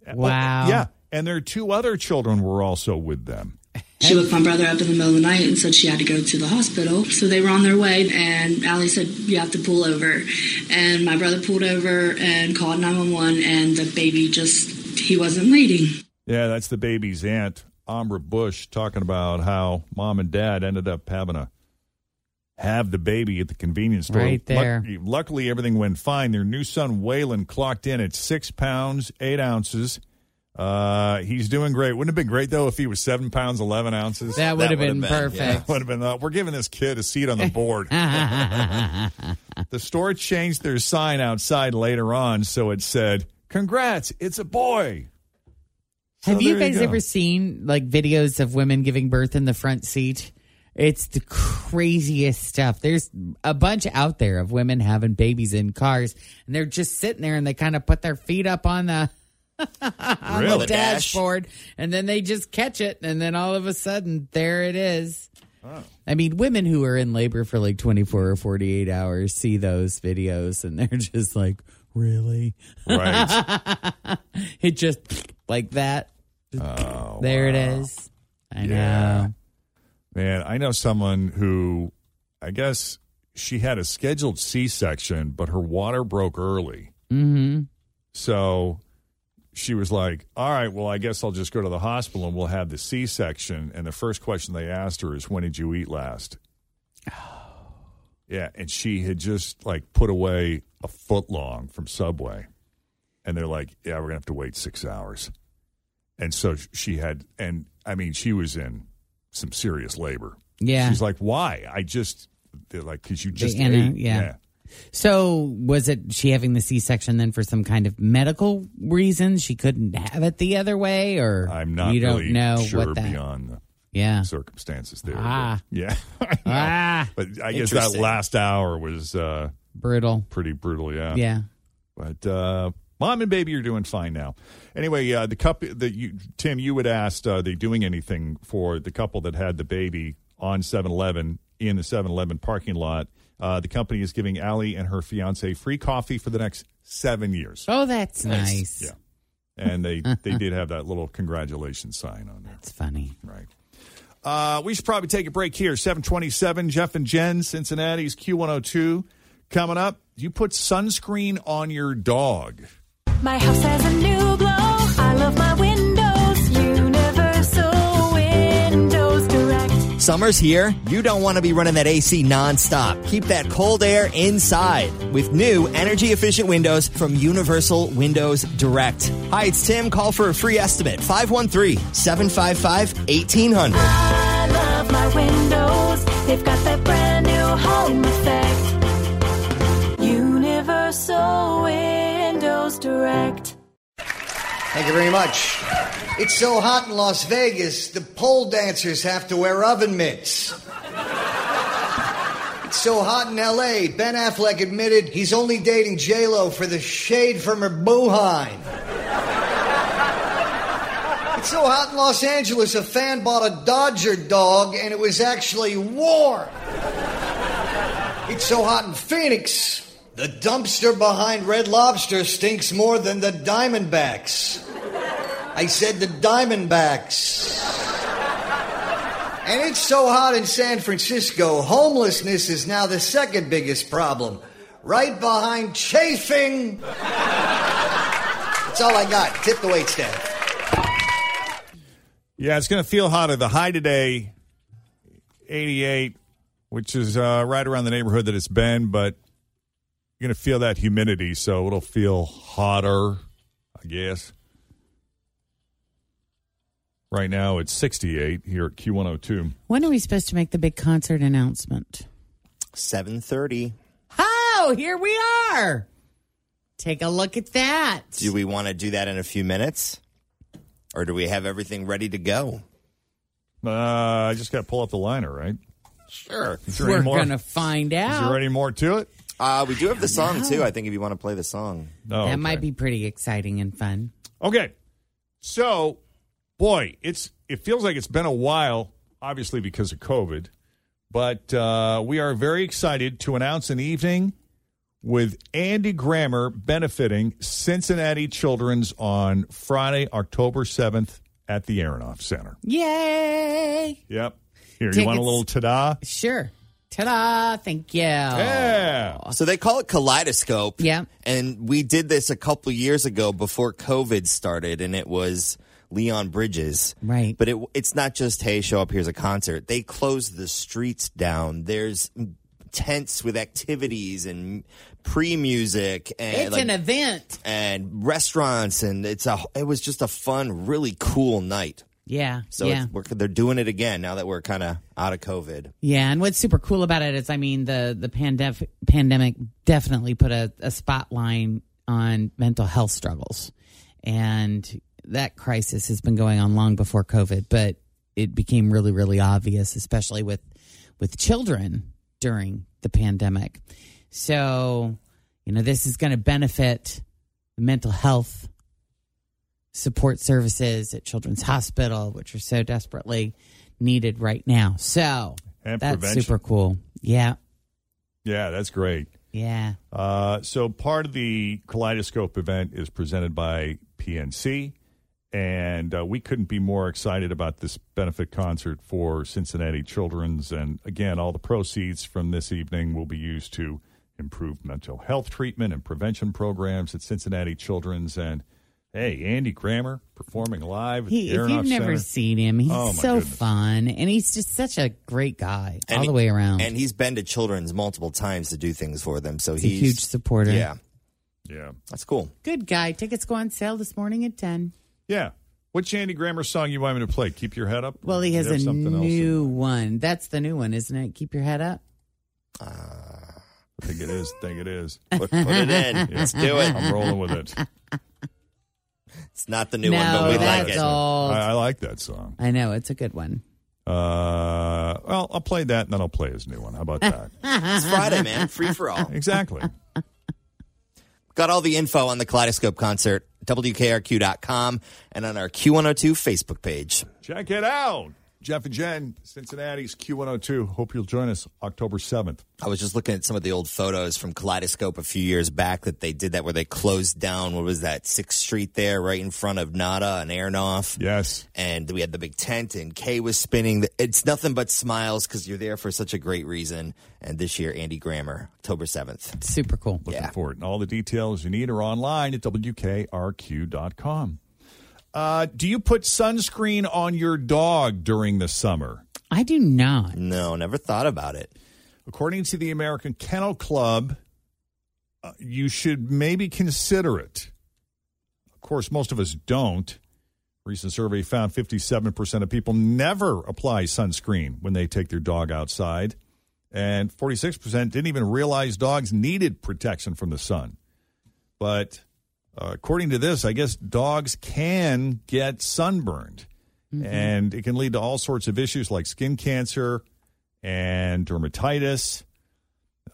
[SPEAKER 2] Uh,
[SPEAKER 3] Wow.
[SPEAKER 2] Yeah. And their two other children were also with them.
[SPEAKER 21] She woke my brother up in the middle of the night and said she had to go to the hospital. So they were on their way, and Allie said, You have to pull over. And my brother pulled over and called 911, and the baby just, he wasn't bleeding.
[SPEAKER 2] Yeah, that's the baby's aunt, Ambra Bush, talking about how mom and dad ended up having to have the baby at the convenience store.
[SPEAKER 3] Right there.
[SPEAKER 2] Luck- luckily, everything went fine. Their new son, Waylon, clocked in at six pounds, eight ounces. Uh, he's doing great. Wouldn't it have been great, though, if he was seven pounds, 11 ounces?
[SPEAKER 3] That would have been perfect.
[SPEAKER 2] That would have been, uh, we're giving this kid a seat on the board. the store changed their sign outside later on, so it said, Congrats, it's a boy. So
[SPEAKER 3] Have you
[SPEAKER 2] there
[SPEAKER 3] guys
[SPEAKER 2] go.
[SPEAKER 3] ever seen like videos of women giving birth in the front seat? It's the craziest stuff. There's a bunch out there of women having babies in cars, and they're just sitting there and they kind of put their feet up on the on
[SPEAKER 4] Really?
[SPEAKER 3] the
[SPEAKER 4] The dash.
[SPEAKER 3] dashboard, and then they just catch it, and then all of a sudden, there it is. I mean, women who are in labor for like 24 or 48 hours see those videos, and they're just like, really?
[SPEAKER 2] Right.
[SPEAKER 3] it just like that.
[SPEAKER 2] Oh,
[SPEAKER 3] there it is. I know.
[SPEAKER 2] Man, I know someone who, I guess she had a scheduled C section, but her water broke early.
[SPEAKER 3] Mm-hmm.
[SPEAKER 2] So she was like, All right, well, I guess I'll just go to the hospital and we'll have the C section. And the first question they asked her is, When did you eat last? Yeah. And she had just like put away a foot long from Subway. And they're like, Yeah, we're going to have to wait six hours. And so sh- she had, and I mean, she was in some serious labor.
[SPEAKER 3] Yeah.
[SPEAKER 2] She's like, Why? I just, they're like, Because you just
[SPEAKER 3] Anna,
[SPEAKER 2] ate.
[SPEAKER 3] yeah. So was it she having the C section then for some kind of medical reason? She couldn't have it the other way, or
[SPEAKER 2] I'm not
[SPEAKER 3] You don't
[SPEAKER 2] really
[SPEAKER 3] know
[SPEAKER 2] sure
[SPEAKER 3] what that.
[SPEAKER 2] beyond the
[SPEAKER 3] Yeah.
[SPEAKER 2] circumstances there. but-
[SPEAKER 3] Ah.
[SPEAKER 2] Yeah. I know.
[SPEAKER 3] Ah.
[SPEAKER 2] But I guess that
[SPEAKER 3] Interesting.
[SPEAKER 2] last hour was uh,
[SPEAKER 3] brutal.
[SPEAKER 2] Pretty brutal, yeah.
[SPEAKER 3] Yeah.
[SPEAKER 2] But uh, mom and baby are doing fine now. Anyway, uh, the couple that you, Tim, you had asked, uh, are they doing anything for the couple that had the baby on 7 Eleven in the 7 Eleven parking lot? Uh, the company is giving Allie and her fiance free coffee for the next seven years.
[SPEAKER 3] Oh, that's nice.
[SPEAKER 2] Yeah. And they, they did have that little congratulations sign on there.
[SPEAKER 3] It's funny.
[SPEAKER 2] Right. Uh, we should probably take a break here. 727, Jeff and Jen, Cincinnati's Q102. Coming up, you put sunscreen on your dog.
[SPEAKER 22] My house has a new glow. I love my windows. Universal Windows Direct.
[SPEAKER 4] Summer's here. You don't want to be running that AC nonstop. Keep that cold air inside with new energy efficient windows from Universal Windows Direct. Hi, it's Tim. Call for a free estimate 513 755 1800.
[SPEAKER 22] I love my windows. They've got that brand new home effect.
[SPEAKER 1] Thank you very much. It's so hot in Las Vegas, the pole dancers have to wear oven mitts. It's so hot in L.A., Ben Affleck admitted he's only dating J-Lo for the shade from her boohine. It's so hot in Los Angeles, a fan bought a Dodger dog and it was actually warm. It's so hot in Phoenix, the dumpster behind Red Lobster stinks more than the Diamondbacks. I said the Diamondbacks. And it's so hot in San Francisco, homelessness is now the second biggest problem, right behind chafing. That's all I got. Tip the wait staff.
[SPEAKER 2] Yeah, it's going to feel hotter. The high today, 88, which is uh, right around the neighborhood that it's been, but you're going to feel that humidity, so it'll feel hotter, I guess. Right now, it's 68 here at Q102.
[SPEAKER 3] When are we supposed to make the big concert announcement?
[SPEAKER 4] 7.30.
[SPEAKER 3] Oh, here we are. Take a look at that.
[SPEAKER 4] Do we want to do that in a few minutes? Or do we have everything ready to go?
[SPEAKER 2] Uh, I just got to pull up the liner, right? Sure. Is there
[SPEAKER 3] We're
[SPEAKER 2] any more?
[SPEAKER 3] going to find
[SPEAKER 2] Is
[SPEAKER 3] out.
[SPEAKER 2] there any more to it?
[SPEAKER 4] Uh, we do have the song,
[SPEAKER 3] know.
[SPEAKER 4] too, I think, if you want to play the song.
[SPEAKER 2] No.
[SPEAKER 3] that might be pretty exciting and fun.
[SPEAKER 2] Okay. So, boy, it's it feels like it's been a while, obviously because of COVID, but uh, we are very excited to announce an evening with Andy Grammer benefiting Cincinnati Children's on Friday, October seventh at the Aronoff Center.
[SPEAKER 3] Yay!
[SPEAKER 2] Yep. Here, you want a
[SPEAKER 3] Tickets.
[SPEAKER 2] little ta-da?
[SPEAKER 3] Sure. Ta-da! Thank you.
[SPEAKER 2] Yeah.
[SPEAKER 4] So they call it Kaleidoscope.
[SPEAKER 3] Oh. Yeah.
[SPEAKER 4] And we did this a couple years ago before COVID started, and it was Leon Bridges.
[SPEAKER 3] Right.
[SPEAKER 4] But it, it's not just, hey, show up, here's a concert. They close the streets down. There's tents with activities and pre music and
[SPEAKER 3] It's
[SPEAKER 4] like,
[SPEAKER 3] an event.
[SPEAKER 4] and restaurants and it's a it was just a fun really cool night
[SPEAKER 3] Yeah.
[SPEAKER 4] so
[SPEAKER 3] yeah.
[SPEAKER 4] it's, we're, they're doing it again now that we're kind of out of covid
[SPEAKER 3] Yeah, and what's super cool about it is, I mean, the the pandef- pandemic definitely put a, a spotlight on mental health struggles, and that crisis has been going on long before COVID, but it became really, really obvious, especially with with children during the pandemic. So, you know, this is going to benefit the mental health support services at Children's Hospital, which are so desperately needed right now. So
[SPEAKER 2] And
[SPEAKER 3] that's
[SPEAKER 2] prevention.
[SPEAKER 3] super cool. Yeah.
[SPEAKER 2] Yeah, that's great.
[SPEAKER 3] Yeah.
[SPEAKER 2] Uh, so part of the Kaleidoscope event is presented by PNC, and uh, we couldn't be more excited about this benefit concert for Cincinnati Children's. And again, all the proceeds from this evening will be used to improve mental health treatment and prevention programs at Cincinnati Children's. And hey, Andy Grammer performing live. At
[SPEAKER 3] He,
[SPEAKER 2] the
[SPEAKER 3] if you've
[SPEAKER 2] Aronoff
[SPEAKER 3] never
[SPEAKER 2] Center.
[SPEAKER 3] seen him, he's
[SPEAKER 2] Oh, my
[SPEAKER 3] so
[SPEAKER 2] goodness.
[SPEAKER 3] fun. And he's just such a great guy
[SPEAKER 4] And
[SPEAKER 3] all
[SPEAKER 4] he-
[SPEAKER 3] the way around.
[SPEAKER 4] and he's been to children's multiple times to do things for them so
[SPEAKER 3] He's a
[SPEAKER 4] he's
[SPEAKER 3] huge supporter.
[SPEAKER 4] yeah
[SPEAKER 2] Yeah,
[SPEAKER 4] that's cool
[SPEAKER 3] Good guy. Tickets go on sale this morning at 10.
[SPEAKER 2] yeah. Which Andy Grammer song you want me to play? Keep your head up.
[SPEAKER 3] Well, he
[SPEAKER 2] You
[SPEAKER 3] has
[SPEAKER 2] have
[SPEAKER 3] a
[SPEAKER 2] something else in
[SPEAKER 3] new one. That's the new one, isn't it? Keep your head up.
[SPEAKER 2] I think it is. Think it is.
[SPEAKER 4] put, put it in
[SPEAKER 2] Yeah.
[SPEAKER 4] let's do it
[SPEAKER 2] I'm rolling with it.
[SPEAKER 4] it's not the new
[SPEAKER 3] no,
[SPEAKER 4] one but we
[SPEAKER 3] that's
[SPEAKER 4] like it
[SPEAKER 3] old.
[SPEAKER 2] I, I like that song.
[SPEAKER 3] I know. It's a good one.
[SPEAKER 2] Uh, well, I'll play that and then I'll play his new one. How about that?
[SPEAKER 4] it's friday man free for all
[SPEAKER 2] exactly.
[SPEAKER 4] got all the info on the kaleidoscope concert wkrq.com and on our q102 facebook page
[SPEAKER 2] Check it out. Jeff and Jen, Cincinnati's Q102. Hope you'll join us October 7th.
[SPEAKER 4] I was just looking at some of the old photos from Kaleidoscope a few years back that they did that where they closed down what was that Sixth Street there right in front of Nada and Aronoff.
[SPEAKER 2] Yes.
[SPEAKER 4] And we had the big tent and Kay was spinning. It's nothing but smiles because you're there for such a great reason. And this year, Andy Grammer, October 7th.
[SPEAKER 3] Super cool.
[SPEAKER 2] Looking for it. And all the details you need are online at wkrq.com. Uh, do you put sunscreen on your dog during the summer?
[SPEAKER 3] I do not.
[SPEAKER 4] No, never thought about it.
[SPEAKER 2] According to the American Kennel Club, uh, you should maybe consider it. Of course, most of us don't. Recent survey found 57% of people never apply sunscreen when they take their dog outside, and 46% didn't even realize dogs needed protection from the sun. But Uh, according to this, I guess dogs can get sunburned,
[SPEAKER 10] Mm-hmm.
[SPEAKER 2] and it can lead to all sorts of issues like skin cancer and dermatitis.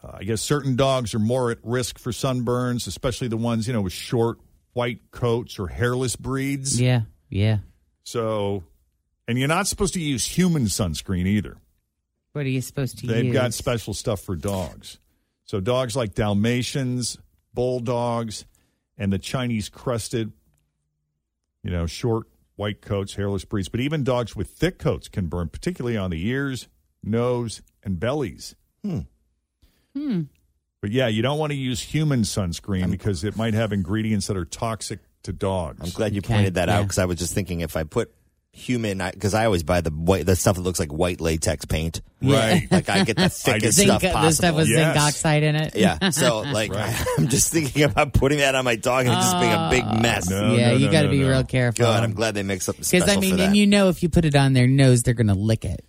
[SPEAKER 2] Uh, I guess certain dogs are more at risk for sunburns, especially the ones you know with short white coats or hairless breeds.
[SPEAKER 3] Yeah, yeah.
[SPEAKER 2] So, and you're not supposed to use human sunscreen either.
[SPEAKER 3] What are you supposed to
[SPEAKER 2] They've
[SPEAKER 3] use?
[SPEAKER 2] got special stuff for dogs. So dogs like Dalmatians, bulldogs, and the Chinese crested, you know, short white coats, hairless breeds. But even dogs with thick coats can burn, particularly on the ears, nose, and bellies.
[SPEAKER 3] Hmm.
[SPEAKER 2] But yeah, you don't want to use human sunscreen because it might have ingredients that are toxic to dogs.
[SPEAKER 4] I'm glad you pointed that out because I was just thinking if I put human, because I, always buy the white, the stuff that looks like white latex paint.
[SPEAKER 2] Right.
[SPEAKER 4] Like I get the thickest
[SPEAKER 3] zinc,
[SPEAKER 4] stuff
[SPEAKER 3] The stuff
[SPEAKER 4] possible.
[SPEAKER 3] with zinc oxide in it.
[SPEAKER 4] Yeah. So like I'm just thinking about putting that on my dog and it just being a big mess.
[SPEAKER 3] Oh. No, Yeah, no, you no, gotta no, be no. real careful.
[SPEAKER 4] Good. I'm glad they mixed up the
[SPEAKER 3] Because
[SPEAKER 4] special
[SPEAKER 3] I mean,
[SPEAKER 4] for that.
[SPEAKER 3] and you know, if you put it on their nose, they're going to lick it.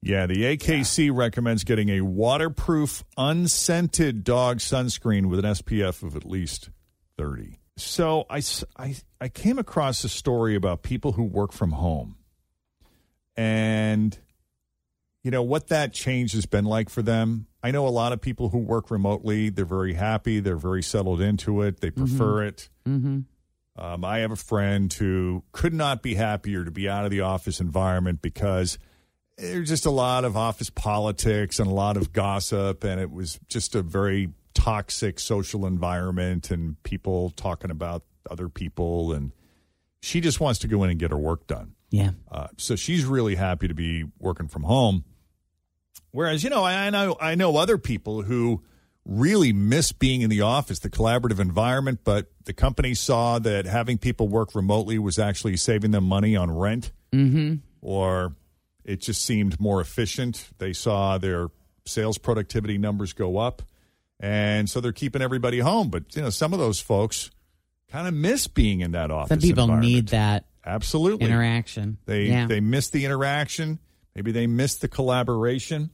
[SPEAKER 2] Yeah, the AKC recommends getting a waterproof, unscented dog sunscreen with an SPF of at least 30. So I, s- I- I came across a story about people who work from home and, you know, what that change has been like for them. I know a lot of people who work remotely, they're very happy, they're very settled into it, they prefer it.
[SPEAKER 3] Mm-hmm.
[SPEAKER 2] Um, I have a friend who could not be happier to be out of the office environment because there's just a lot of office politics and a lot of gossip, and it was just a very toxic social environment and people talking about other people. And she just wants to go in and get her work done.
[SPEAKER 3] Yeah.
[SPEAKER 2] Uh, so she's really happy to be working from home. Whereas, you know, I, I know I know other people who really miss being in the office, the collaborative environment, but the company saw that having people work remotely was actually saving them money on rent
[SPEAKER 3] Mm-hmm.
[SPEAKER 2] or it just seemed more efficient. They saw their sales productivity numbers go up, and so they're keeping everybody home. But you know, some of those folks kind of miss being in that office.
[SPEAKER 3] Some people
[SPEAKER 2] environment.
[SPEAKER 3] need that
[SPEAKER 2] absolutely
[SPEAKER 3] interaction.
[SPEAKER 2] They
[SPEAKER 3] yeah.
[SPEAKER 2] they miss the interaction. Maybe they miss the collaboration.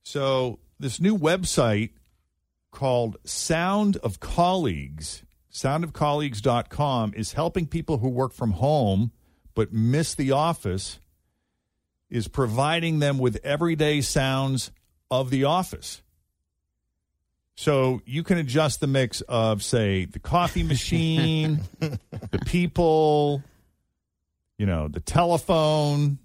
[SPEAKER 2] So this new website called Sound of Colleagues, soundofcolleagues.com is helping people who work from home but miss the office is providing them with everyday sounds of the office. So you can adjust the mix of say the coffee machine, the people, you know, the telephone,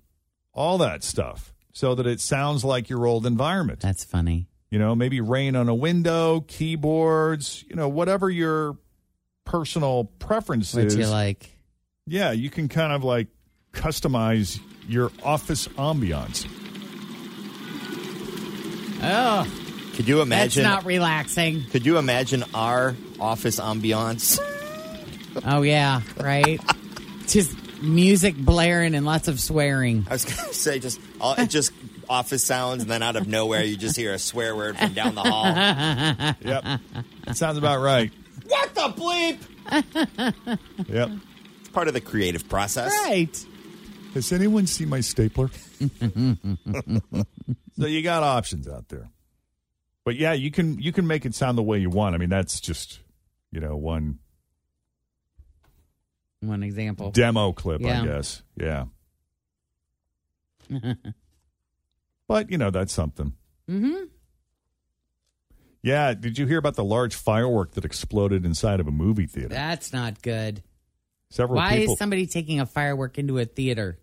[SPEAKER 2] all that stuff, so that it sounds like your old environment.
[SPEAKER 3] That's funny.
[SPEAKER 2] You know, maybe rain on a window, keyboards, you know, whatever your personal preference
[SPEAKER 3] What
[SPEAKER 2] is.
[SPEAKER 3] you like?
[SPEAKER 2] Yeah, you can kind of like customize your office ambiance.
[SPEAKER 3] Oh,
[SPEAKER 4] Could you imagine?
[SPEAKER 3] that's not relaxing.
[SPEAKER 4] could you imagine our office ambiance?
[SPEAKER 3] Oh yeah, right. Just music blaring and lots of swearing.
[SPEAKER 4] I was going to say just all, it just office sounds, and then out of nowhere you just hear a swear word from down the hall.
[SPEAKER 2] yep, that sounds about right.
[SPEAKER 4] What the bleep?
[SPEAKER 2] Yep.
[SPEAKER 4] It's part of the creative process.
[SPEAKER 3] Right.
[SPEAKER 2] Has anyone seen my stapler? so you got options out there. But yeah, you can you can make it sound the way you want. I mean, that's just, you know, one
[SPEAKER 3] One example.
[SPEAKER 2] demo clip,
[SPEAKER 3] Yeah.
[SPEAKER 2] I guess. Yeah. But, you know, that's something.
[SPEAKER 3] Mm-hmm.
[SPEAKER 2] Yeah, did you hear about the large firework that exploded inside of a movie theater?
[SPEAKER 3] That's not good.
[SPEAKER 2] Several
[SPEAKER 3] Why
[SPEAKER 2] people
[SPEAKER 3] is somebody taking a firework into a theater?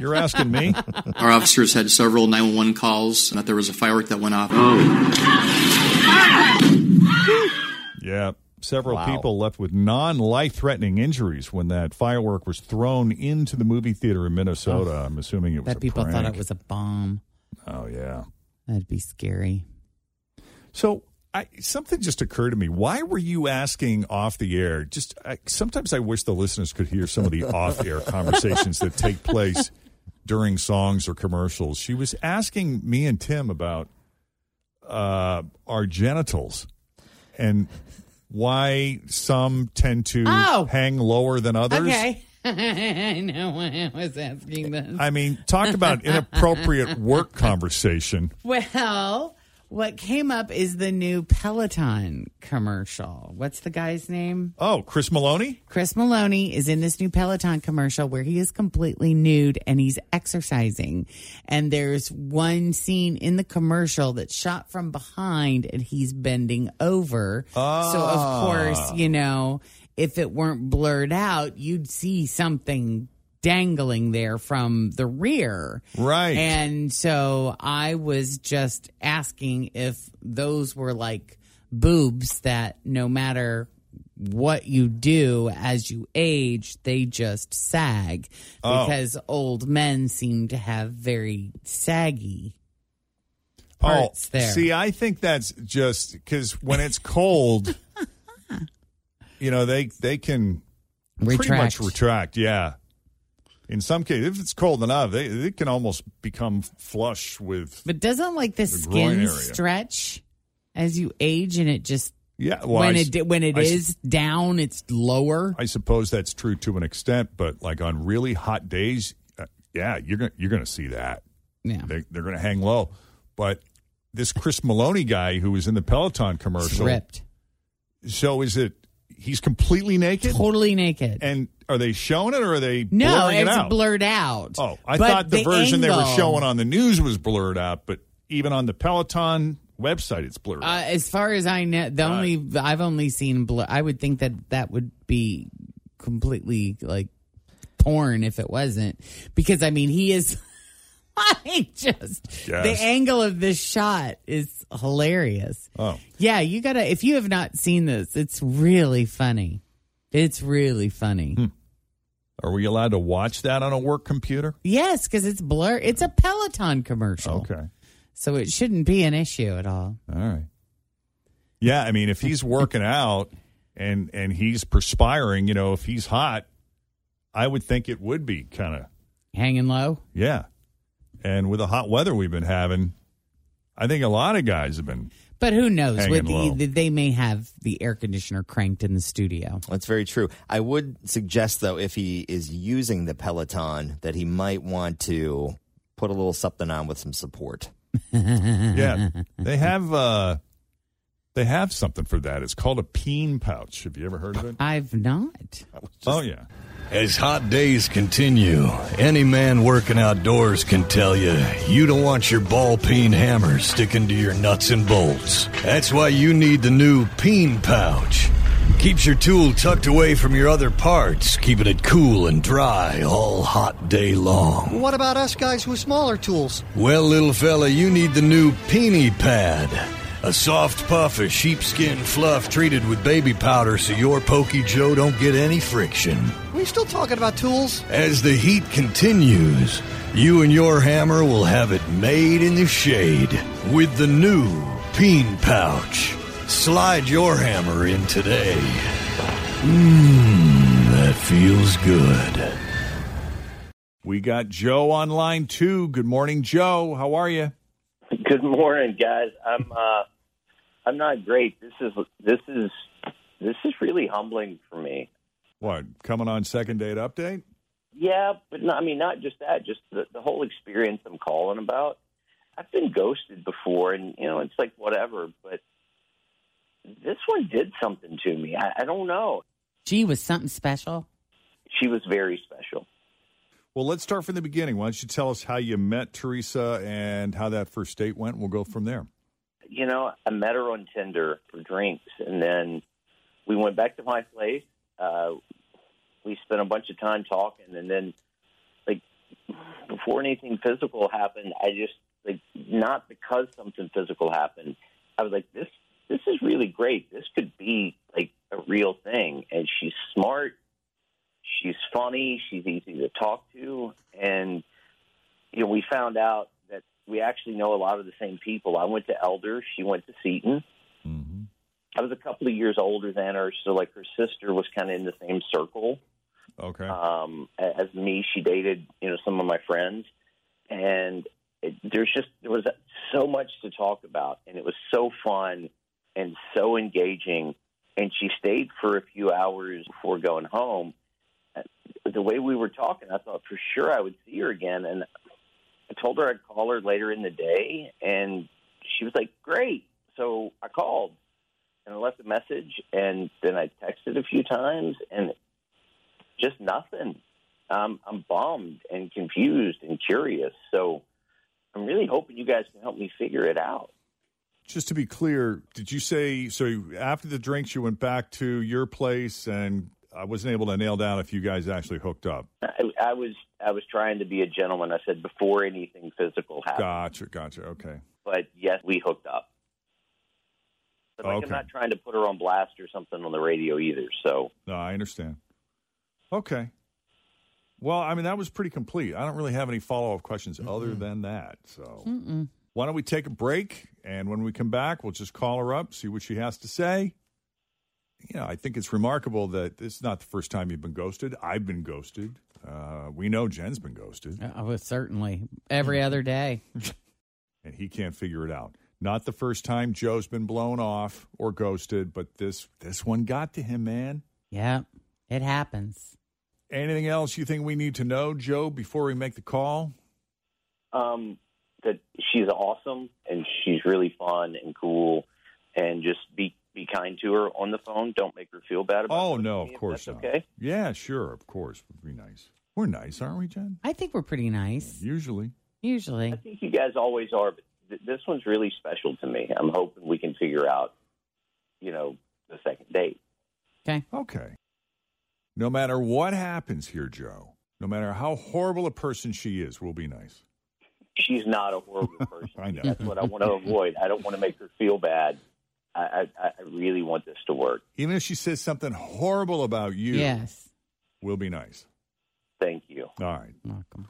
[SPEAKER 2] You're asking me?
[SPEAKER 6] Our officers had several 911 calls that there was a firework that went off.
[SPEAKER 2] Yeah. Several
[SPEAKER 6] Wow.
[SPEAKER 2] people left with non life threatening injuries when that firework was thrown into the movie theater in Minnesota.
[SPEAKER 3] Ugh.
[SPEAKER 2] I'm assuming it was
[SPEAKER 3] That
[SPEAKER 2] a
[SPEAKER 3] people thought
[SPEAKER 2] prank.
[SPEAKER 3] it was a bomb.
[SPEAKER 2] Oh yeah.
[SPEAKER 3] That'd be scary.
[SPEAKER 2] So I something just occurred to me. Why were you asking off the air? Just I, sometimes I wish the listeners could hear some of the off air conversations that take place during songs or commercials. She was asking me and Tim about uh, our genitals and why some tend to
[SPEAKER 3] Oh.
[SPEAKER 2] hang lower than others.
[SPEAKER 3] Okay. I know why I was asking this.
[SPEAKER 2] I mean, talk about inappropriate work conversation.
[SPEAKER 3] Well, What came up is the new Peloton commercial. What's the guy's name?
[SPEAKER 2] Oh, Chris Maloney?
[SPEAKER 3] Chris Maloney is in this new Peloton commercial where he is completely nude and he's exercising. And there's one scene in the commercial that's shot from behind and he's bending over. So,
[SPEAKER 2] Ah.
[SPEAKER 3] of course, you know, if it weren't blurred out, you'd see something dangling there from the rear.
[SPEAKER 2] Right.
[SPEAKER 3] And so I was just asking if those were like boobs that no matter what you do as you age, they just sag
[SPEAKER 2] Oh.
[SPEAKER 3] because old men seem to have very saggy.
[SPEAKER 2] oh,
[SPEAKER 3] parts there.
[SPEAKER 2] See, I think that's just because when it's cold, you know, they they can pretty much
[SPEAKER 3] Retract.
[SPEAKER 2] retract. Yeah. In some cases, if it's cold enough, they, they can almost become flush with.
[SPEAKER 3] But doesn't like the,
[SPEAKER 2] The groin
[SPEAKER 3] skin
[SPEAKER 2] area.
[SPEAKER 3] stretch as you age and it just
[SPEAKER 2] Yeah, well,
[SPEAKER 3] when
[SPEAKER 2] I s-
[SPEAKER 3] it it when it
[SPEAKER 2] I
[SPEAKER 3] is
[SPEAKER 2] s-
[SPEAKER 3] down it's lower.
[SPEAKER 2] I suppose that's true to an extent, but like on really hot days, uh, yeah, you're gonna you're gonna see that.
[SPEAKER 3] Yeah,
[SPEAKER 2] they, they're gonna hang low. But this Chris Maloney guy who was in the Peloton commercial,
[SPEAKER 3] ripped.
[SPEAKER 2] So is it? He's completely naked,
[SPEAKER 3] totally naked.
[SPEAKER 2] And are they showing it or are they
[SPEAKER 3] No,
[SPEAKER 2] blurring it
[SPEAKER 3] it's
[SPEAKER 2] out?
[SPEAKER 3] blurred out.
[SPEAKER 2] Oh, I
[SPEAKER 3] But
[SPEAKER 2] thought the, version they were
[SPEAKER 3] angle-
[SPEAKER 2] showing on the news was blurred out, but even on the Peloton website, it's blurred. out.
[SPEAKER 3] Uh, as far as I know, the only I've only seen blur. I would think that that would be completely like porn if it wasn't, because I mean he is. I
[SPEAKER 2] Yes.
[SPEAKER 3] just the angle of this shot is hilarious.
[SPEAKER 2] Oh.
[SPEAKER 3] yeah, you gotta. If you have not seen this, it's really funny. It's really funny.
[SPEAKER 2] Hmm. Are we allowed to watch that on a work computer?
[SPEAKER 3] Yes, because it's blur. It's a Peloton commercial.
[SPEAKER 2] Okay.
[SPEAKER 3] so it shouldn't be an issue at all.
[SPEAKER 2] All right. Yeah, I mean, if he's working out and and he's perspiring, you know, if he's hot, I would think it would be kind of
[SPEAKER 3] Hanging low.
[SPEAKER 2] yeah. And with the hot weather we've been having, I think a lot of guys have been.
[SPEAKER 3] But who knows?
[SPEAKER 2] Hanging
[SPEAKER 3] With
[SPEAKER 2] low.
[SPEAKER 3] the, they may have the air conditioner cranked in the studio.
[SPEAKER 4] That's very true. I would suggest, though, if he is using the Peloton, that he might want to put a little something on with some support.
[SPEAKER 2] Yeah, they have uh they have something for that. It's called a peen pouch. Have you ever heard of it?
[SPEAKER 3] I've not.
[SPEAKER 2] Oh yeah.
[SPEAKER 7] As hot days continue, any man working outdoors can tell you you don't want your ball peen hammer sticking to your nuts and bolts. That's why you need the new peen pouch. Keeps your tool tucked away from your other parts, keeping it cool and dry all hot day long.
[SPEAKER 1] What about us guys with smaller tools?
[SPEAKER 7] Well, little fella, you need the new Peony Pad. A soft puff of sheepskin fluff treated with baby powder so your Pokey Joe don't get any friction.
[SPEAKER 1] Are we still talking about tools?
[SPEAKER 7] As the heat continues, you and your hammer will have it made in the shade with the new Peen Pouch. Slide your hammer in today. Mmm, that feels good.
[SPEAKER 2] We got Joe on line two. Good morning, Joe. How are you?
[SPEAKER 23] Good morning, guys. I'm uh, I'm not great. This is this is this is really humbling for me.
[SPEAKER 2] What coming on second date update?
[SPEAKER 23] Yeah, but no, I mean, not just that. Just the, the whole experience I'm calling about. I've been ghosted before, and you know, it's like whatever. But this one did something to me. I, I don't know.
[SPEAKER 3] Gee, was something special?
[SPEAKER 23] She was very special.
[SPEAKER 2] Well, let's start from the beginning. Why don't you tell us how you met Teresa and how that first date went? We'll go from there.
[SPEAKER 23] You know, I met her on Tinder for drinks, and then we went back to my place. Uh, we spent a bunch of time talking, and then like before anything physical happened, I just like not because something physical happened. I was like, this this is really great. This could be like a real thing. And she's smart. She's funny. She's easy to talk to, and you know, we found out that we actually know a lot of the same people. I went to Elder. She went to Seton. I was a couple of years older than her, so like her sister was kind of in the same circle.
[SPEAKER 2] Okay.
[SPEAKER 23] Um, a- as me, she dated you know some of my friends, and it, there's just there was so much to talk about, and it was so fun and so engaging. And she stayed for a few hours before going home. Uh, The way we were talking, I thought for sure I would see her again, and I told her I'd call her later in the day, and she was like, great. So I called and I left a message and then I texted a few times and just nothing. Um, I'm bummed and confused and curious. So I'm really hoping you guys can help me figure it out.
[SPEAKER 2] Just to be clear, did you say so after the drinks you went back to your place and I wasn't able to nail down if you guys actually hooked up?
[SPEAKER 23] I, I was I was trying to be a gentleman. I said before anything physical happened.
[SPEAKER 2] Gotcha, gotcha. Okay.
[SPEAKER 23] But yes, we hooked up. But like,
[SPEAKER 2] Okay.
[SPEAKER 23] I'm not trying to put her on blast or something on the radio either. So
[SPEAKER 2] No, I understand. Okay. Well, I mean, that was pretty complete. I don't really have any follow up questions other than that. So
[SPEAKER 3] Mm-mm.
[SPEAKER 2] why don't we take a break? And when we come back, we'll just call her up, see what she has to say. You know, I think it's remarkable that this is not the first time you've been ghosted. I've been ghosted. Uh, we know Jen's been ghosted.
[SPEAKER 3] Oh, certainly. Every other day.
[SPEAKER 2] and he can't figure it out. Not the first time Joe's been blown off or ghosted, but this this one got to him, man.
[SPEAKER 3] Yeah, it happens.
[SPEAKER 2] Anything else you think we need to know, Joe, before we make the call?
[SPEAKER 23] um, that she's awesome and she's really fun and cool, and just be be kind to her on the phone. Don't make her feel bad about.
[SPEAKER 2] Oh no, of course not.
[SPEAKER 23] okay.
[SPEAKER 2] Yeah, sure, of course. Would be nice. We're nice, aren't we, Jen?
[SPEAKER 3] I think we're pretty nice.
[SPEAKER 2] Usually.
[SPEAKER 3] Usually.
[SPEAKER 23] I think you guys always are, but th- this one's really special to me. I'm hoping we can figure out, you know, the second date.
[SPEAKER 3] Okay.
[SPEAKER 2] Okay. No matter what happens here, Joe, no matter how horrible a person she is, we'll be nice.
[SPEAKER 23] She's not a horrible person.
[SPEAKER 2] I know.
[SPEAKER 23] That's what I want to avoid. I don't want to make her feel bad. I, I, I really want this to work.
[SPEAKER 2] Even if she says something horrible about you,
[SPEAKER 23] Yes.
[SPEAKER 2] we'll be nice.
[SPEAKER 23] Thank you.
[SPEAKER 2] All right.
[SPEAKER 3] Welcome.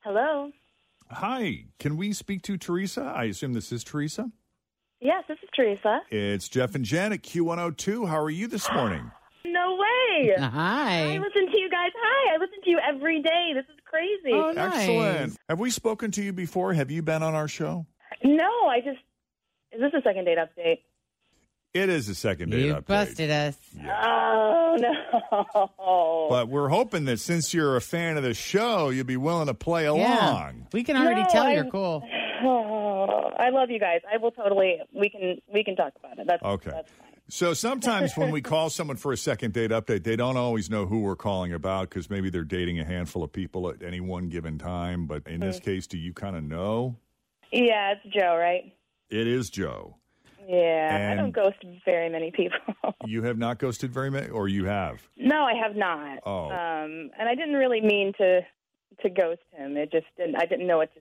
[SPEAKER 24] Hello.
[SPEAKER 2] Hi, can we speak to Teresa? I assume this is Teresa.
[SPEAKER 24] Yes, this is Teresa.
[SPEAKER 2] It's Jeff and Jen at Q102. How are you this morning?
[SPEAKER 24] No way.
[SPEAKER 3] Uh, Hi.
[SPEAKER 24] I listen to you guys. Hi. I listen to you every day. This is crazy.
[SPEAKER 3] Oh,
[SPEAKER 2] Excellent. Have we spoken to you before? Have you been on our show?
[SPEAKER 24] No, I just. Is this a second date update?
[SPEAKER 2] It is a second date update.
[SPEAKER 3] Busted us.
[SPEAKER 24] Oh, no.
[SPEAKER 2] But we're hoping that since you're a fan of the show, you'll be willing to play along.
[SPEAKER 3] We can
[SPEAKER 24] No, I-
[SPEAKER 3] cool.
[SPEAKER 24] Oh, I love you guys. I will totally. We can we can talk about it. That's
[SPEAKER 2] Okay. So sometimes when we call someone for a second date update, they don't always know who we're calling about because maybe they're dating a handful of people at any one given time. But in this
[SPEAKER 24] Mm.
[SPEAKER 2] case, do you kind of know?
[SPEAKER 24] yeah. It's Joe, right?
[SPEAKER 2] It is Joe.
[SPEAKER 24] Yeah. I
[SPEAKER 2] And-
[SPEAKER 24] don't ghost very many people.
[SPEAKER 2] You have not ghosted very many, or you have?
[SPEAKER 24] No, I have not.
[SPEAKER 2] Oh.
[SPEAKER 24] Um, and I didn't really mean to to ghost him. It just didn't. I didn't know what to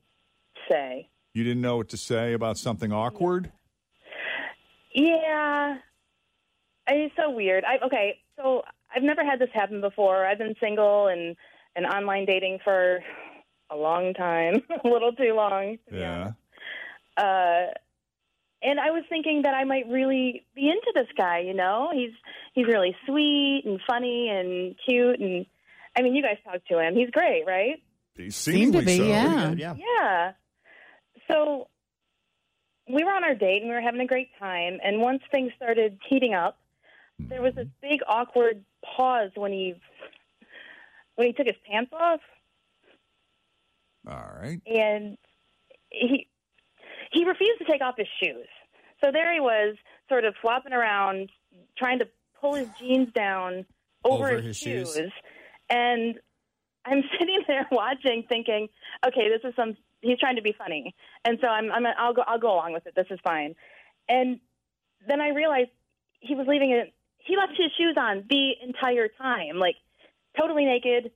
[SPEAKER 24] say.
[SPEAKER 2] You didn't know what to say about something awkward?
[SPEAKER 24] Yeah. I mean, it's so weird. I okay. So I've never had this happen before. I've been single and and online dating for a long time, a little too long.
[SPEAKER 2] Yeah.
[SPEAKER 24] Uh, and I was thinking that I might really be into this guy. You know, he's he's really sweet and funny and cute. And I mean, you guys talked to him. He's great, right?
[SPEAKER 2] They
[SPEAKER 24] Seem
[SPEAKER 2] Seemingly so.
[SPEAKER 24] Yeah. So we were on our date and we were having a great time. And once things started heating up, there was this big awkward pause when he when he took his pants off,
[SPEAKER 2] All right.
[SPEAKER 24] and he he refused to take off his shoes. So there he was, sort of flopping around, trying to pull his jeans down over,
[SPEAKER 4] Over
[SPEAKER 24] his,
[SPEAKER 4] his shoes.
[SPEAKER 24] shoes. And I'm sitting there watching, thinking, okay, this is some. He's trying to be funny, and so I'm. I'm. I'll go. I'll go along with it. This is fine. And then I realized he was leaving it. He left his shoes on the entire time, like totally naked,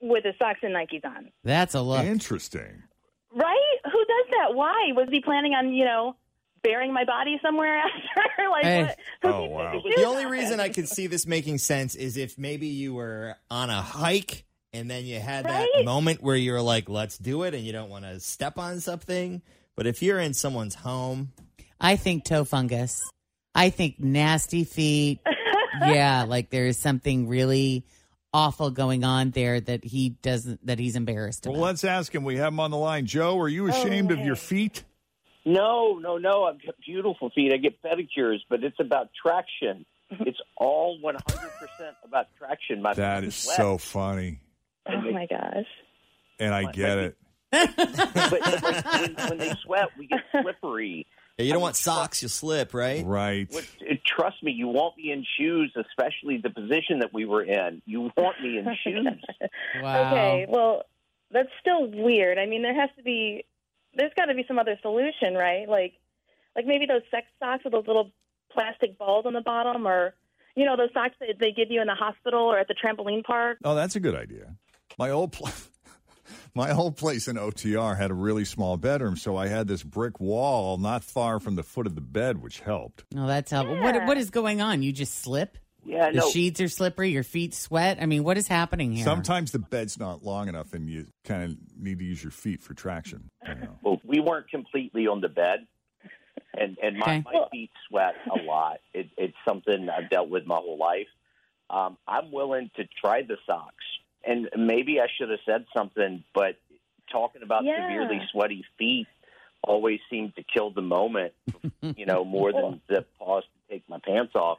[SPEAKER 24] with his socks and Nikes on.
[SPEAKER 3] That's a look.
[SPEAKER 2] Interesting.
[SPEAKER 24] Right? Who does that? Why was he planning on you know burying my body somewhere after? like what?
[SPEAKER 4] Oh wow. The only reason I could see this making sense is if maybe you were on a hike and then you had that moment where you were like, let's do it and you don't want to step on something. But if you're in someone's home,
[SPEAKER 3] I think toe fungus. I think nasty feet. yeah, like there is something really awful going on there that he doesn't that he's embarrassed
[SPEAKER 2] Well, let's ask him. We have him on the line. Joe, are you ashamed of
[SPEAKER 3] Oh.
[SPEAKER 2] your feet?
[SPEAKER 23] No, no, no. I've got beautiful feet. I get pedicures, but it's about traction. It's all 100% about traction. My
[SPEAKER 2] That
[SPEAKER 23] feet
[SPEAKER 2] is
[SPEAKER 23] wet.
[SPEAKER 2] so funny,
[SPEAKER 24] Oh my gosh.
[SPEAKER 2] and I get it.
[SPEAKER 23] when, when they sweat, we get slippery.
[SPEAKER 4] Yeah, you don't want socks, you slip, right?
[SPEAKER 2] Right.
[SPEAKER 23] T- Trust me, you won't be in shoes, especially the position that we were in. You want me in shoes. Um,
[SPEAKER 24] Okay, well, that's still weird. I mean, there has to be, there's got to be some other solution, right? Like, like maybe those sex socks with those little plastic balls on the bottom, or you know, those socks that they give you in the hospital or at the trampoline park.
[SPEAKER 2] Oh, that's a good idea. My old pl- my old place in OTR had a really small bedroom, so I had this brick wall not far from the foot of the bed, which helped.
[SPEAKER 3] No, that's how. What what is going on? You just slip.
[SPEAKER 23] Yeah,
[SPEAKER 3] the
[SPEAKER 2] no.
[SPEAKER 3] sheets are slippery. Your feet sweat. I mean, what is happening here?
[SPEAKER 2] Sometimes the bed's not long enough, and you kind of need to use your feet for traction.
[SPEAKER 23] Well, we weren't completely on the bed, and and my, my feet sweat a lot. It, it's something I've dealt with my whole life. Um, I'm willing to try the socks, and maybe I should have said something, but talking about
[SPEAKER 24] Yeah.
[SPEAKER 23] severely sweaty feet always seemed to kill the moment, you know, more than the pause to take my pants off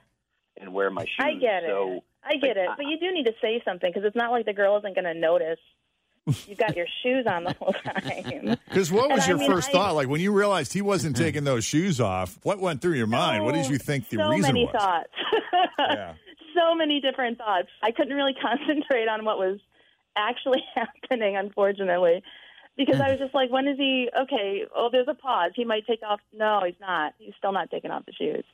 [SPEAKER 23] and wear my shoes.
[SPEAKER 24] I get it.
[SPEAKER 23] so,
[SPEAKER 24] I get it, but you do need to say something because it's not like the girl isn't going to notice. You've got your shoes on the whole time.
[SPEAKER 2] Because what was
[SPEAKER 24] And I
[SPEAKER 2] your
[SPEAKER 24] mean,
[SPEAKER 2] first
[SPEAKER 24] I-
[SPEAKER 2] thought? Like when you realized he wasn't taking those shoes off, what went through your mind? what did you think the
[SPEAKER 24] Oh, so
[SPEAKER 2] reason
[SPEAKER 24] many
[SPEAKER 2] was?
[SPEAKER 24] thoughts. So many different thoughts. I couldn't really concentrate on what was actually happening, unfortunately, because I was just like, when is he? Okay, oh, there's a pause. He might take off. No, he's not. He's still not taking off the shoes.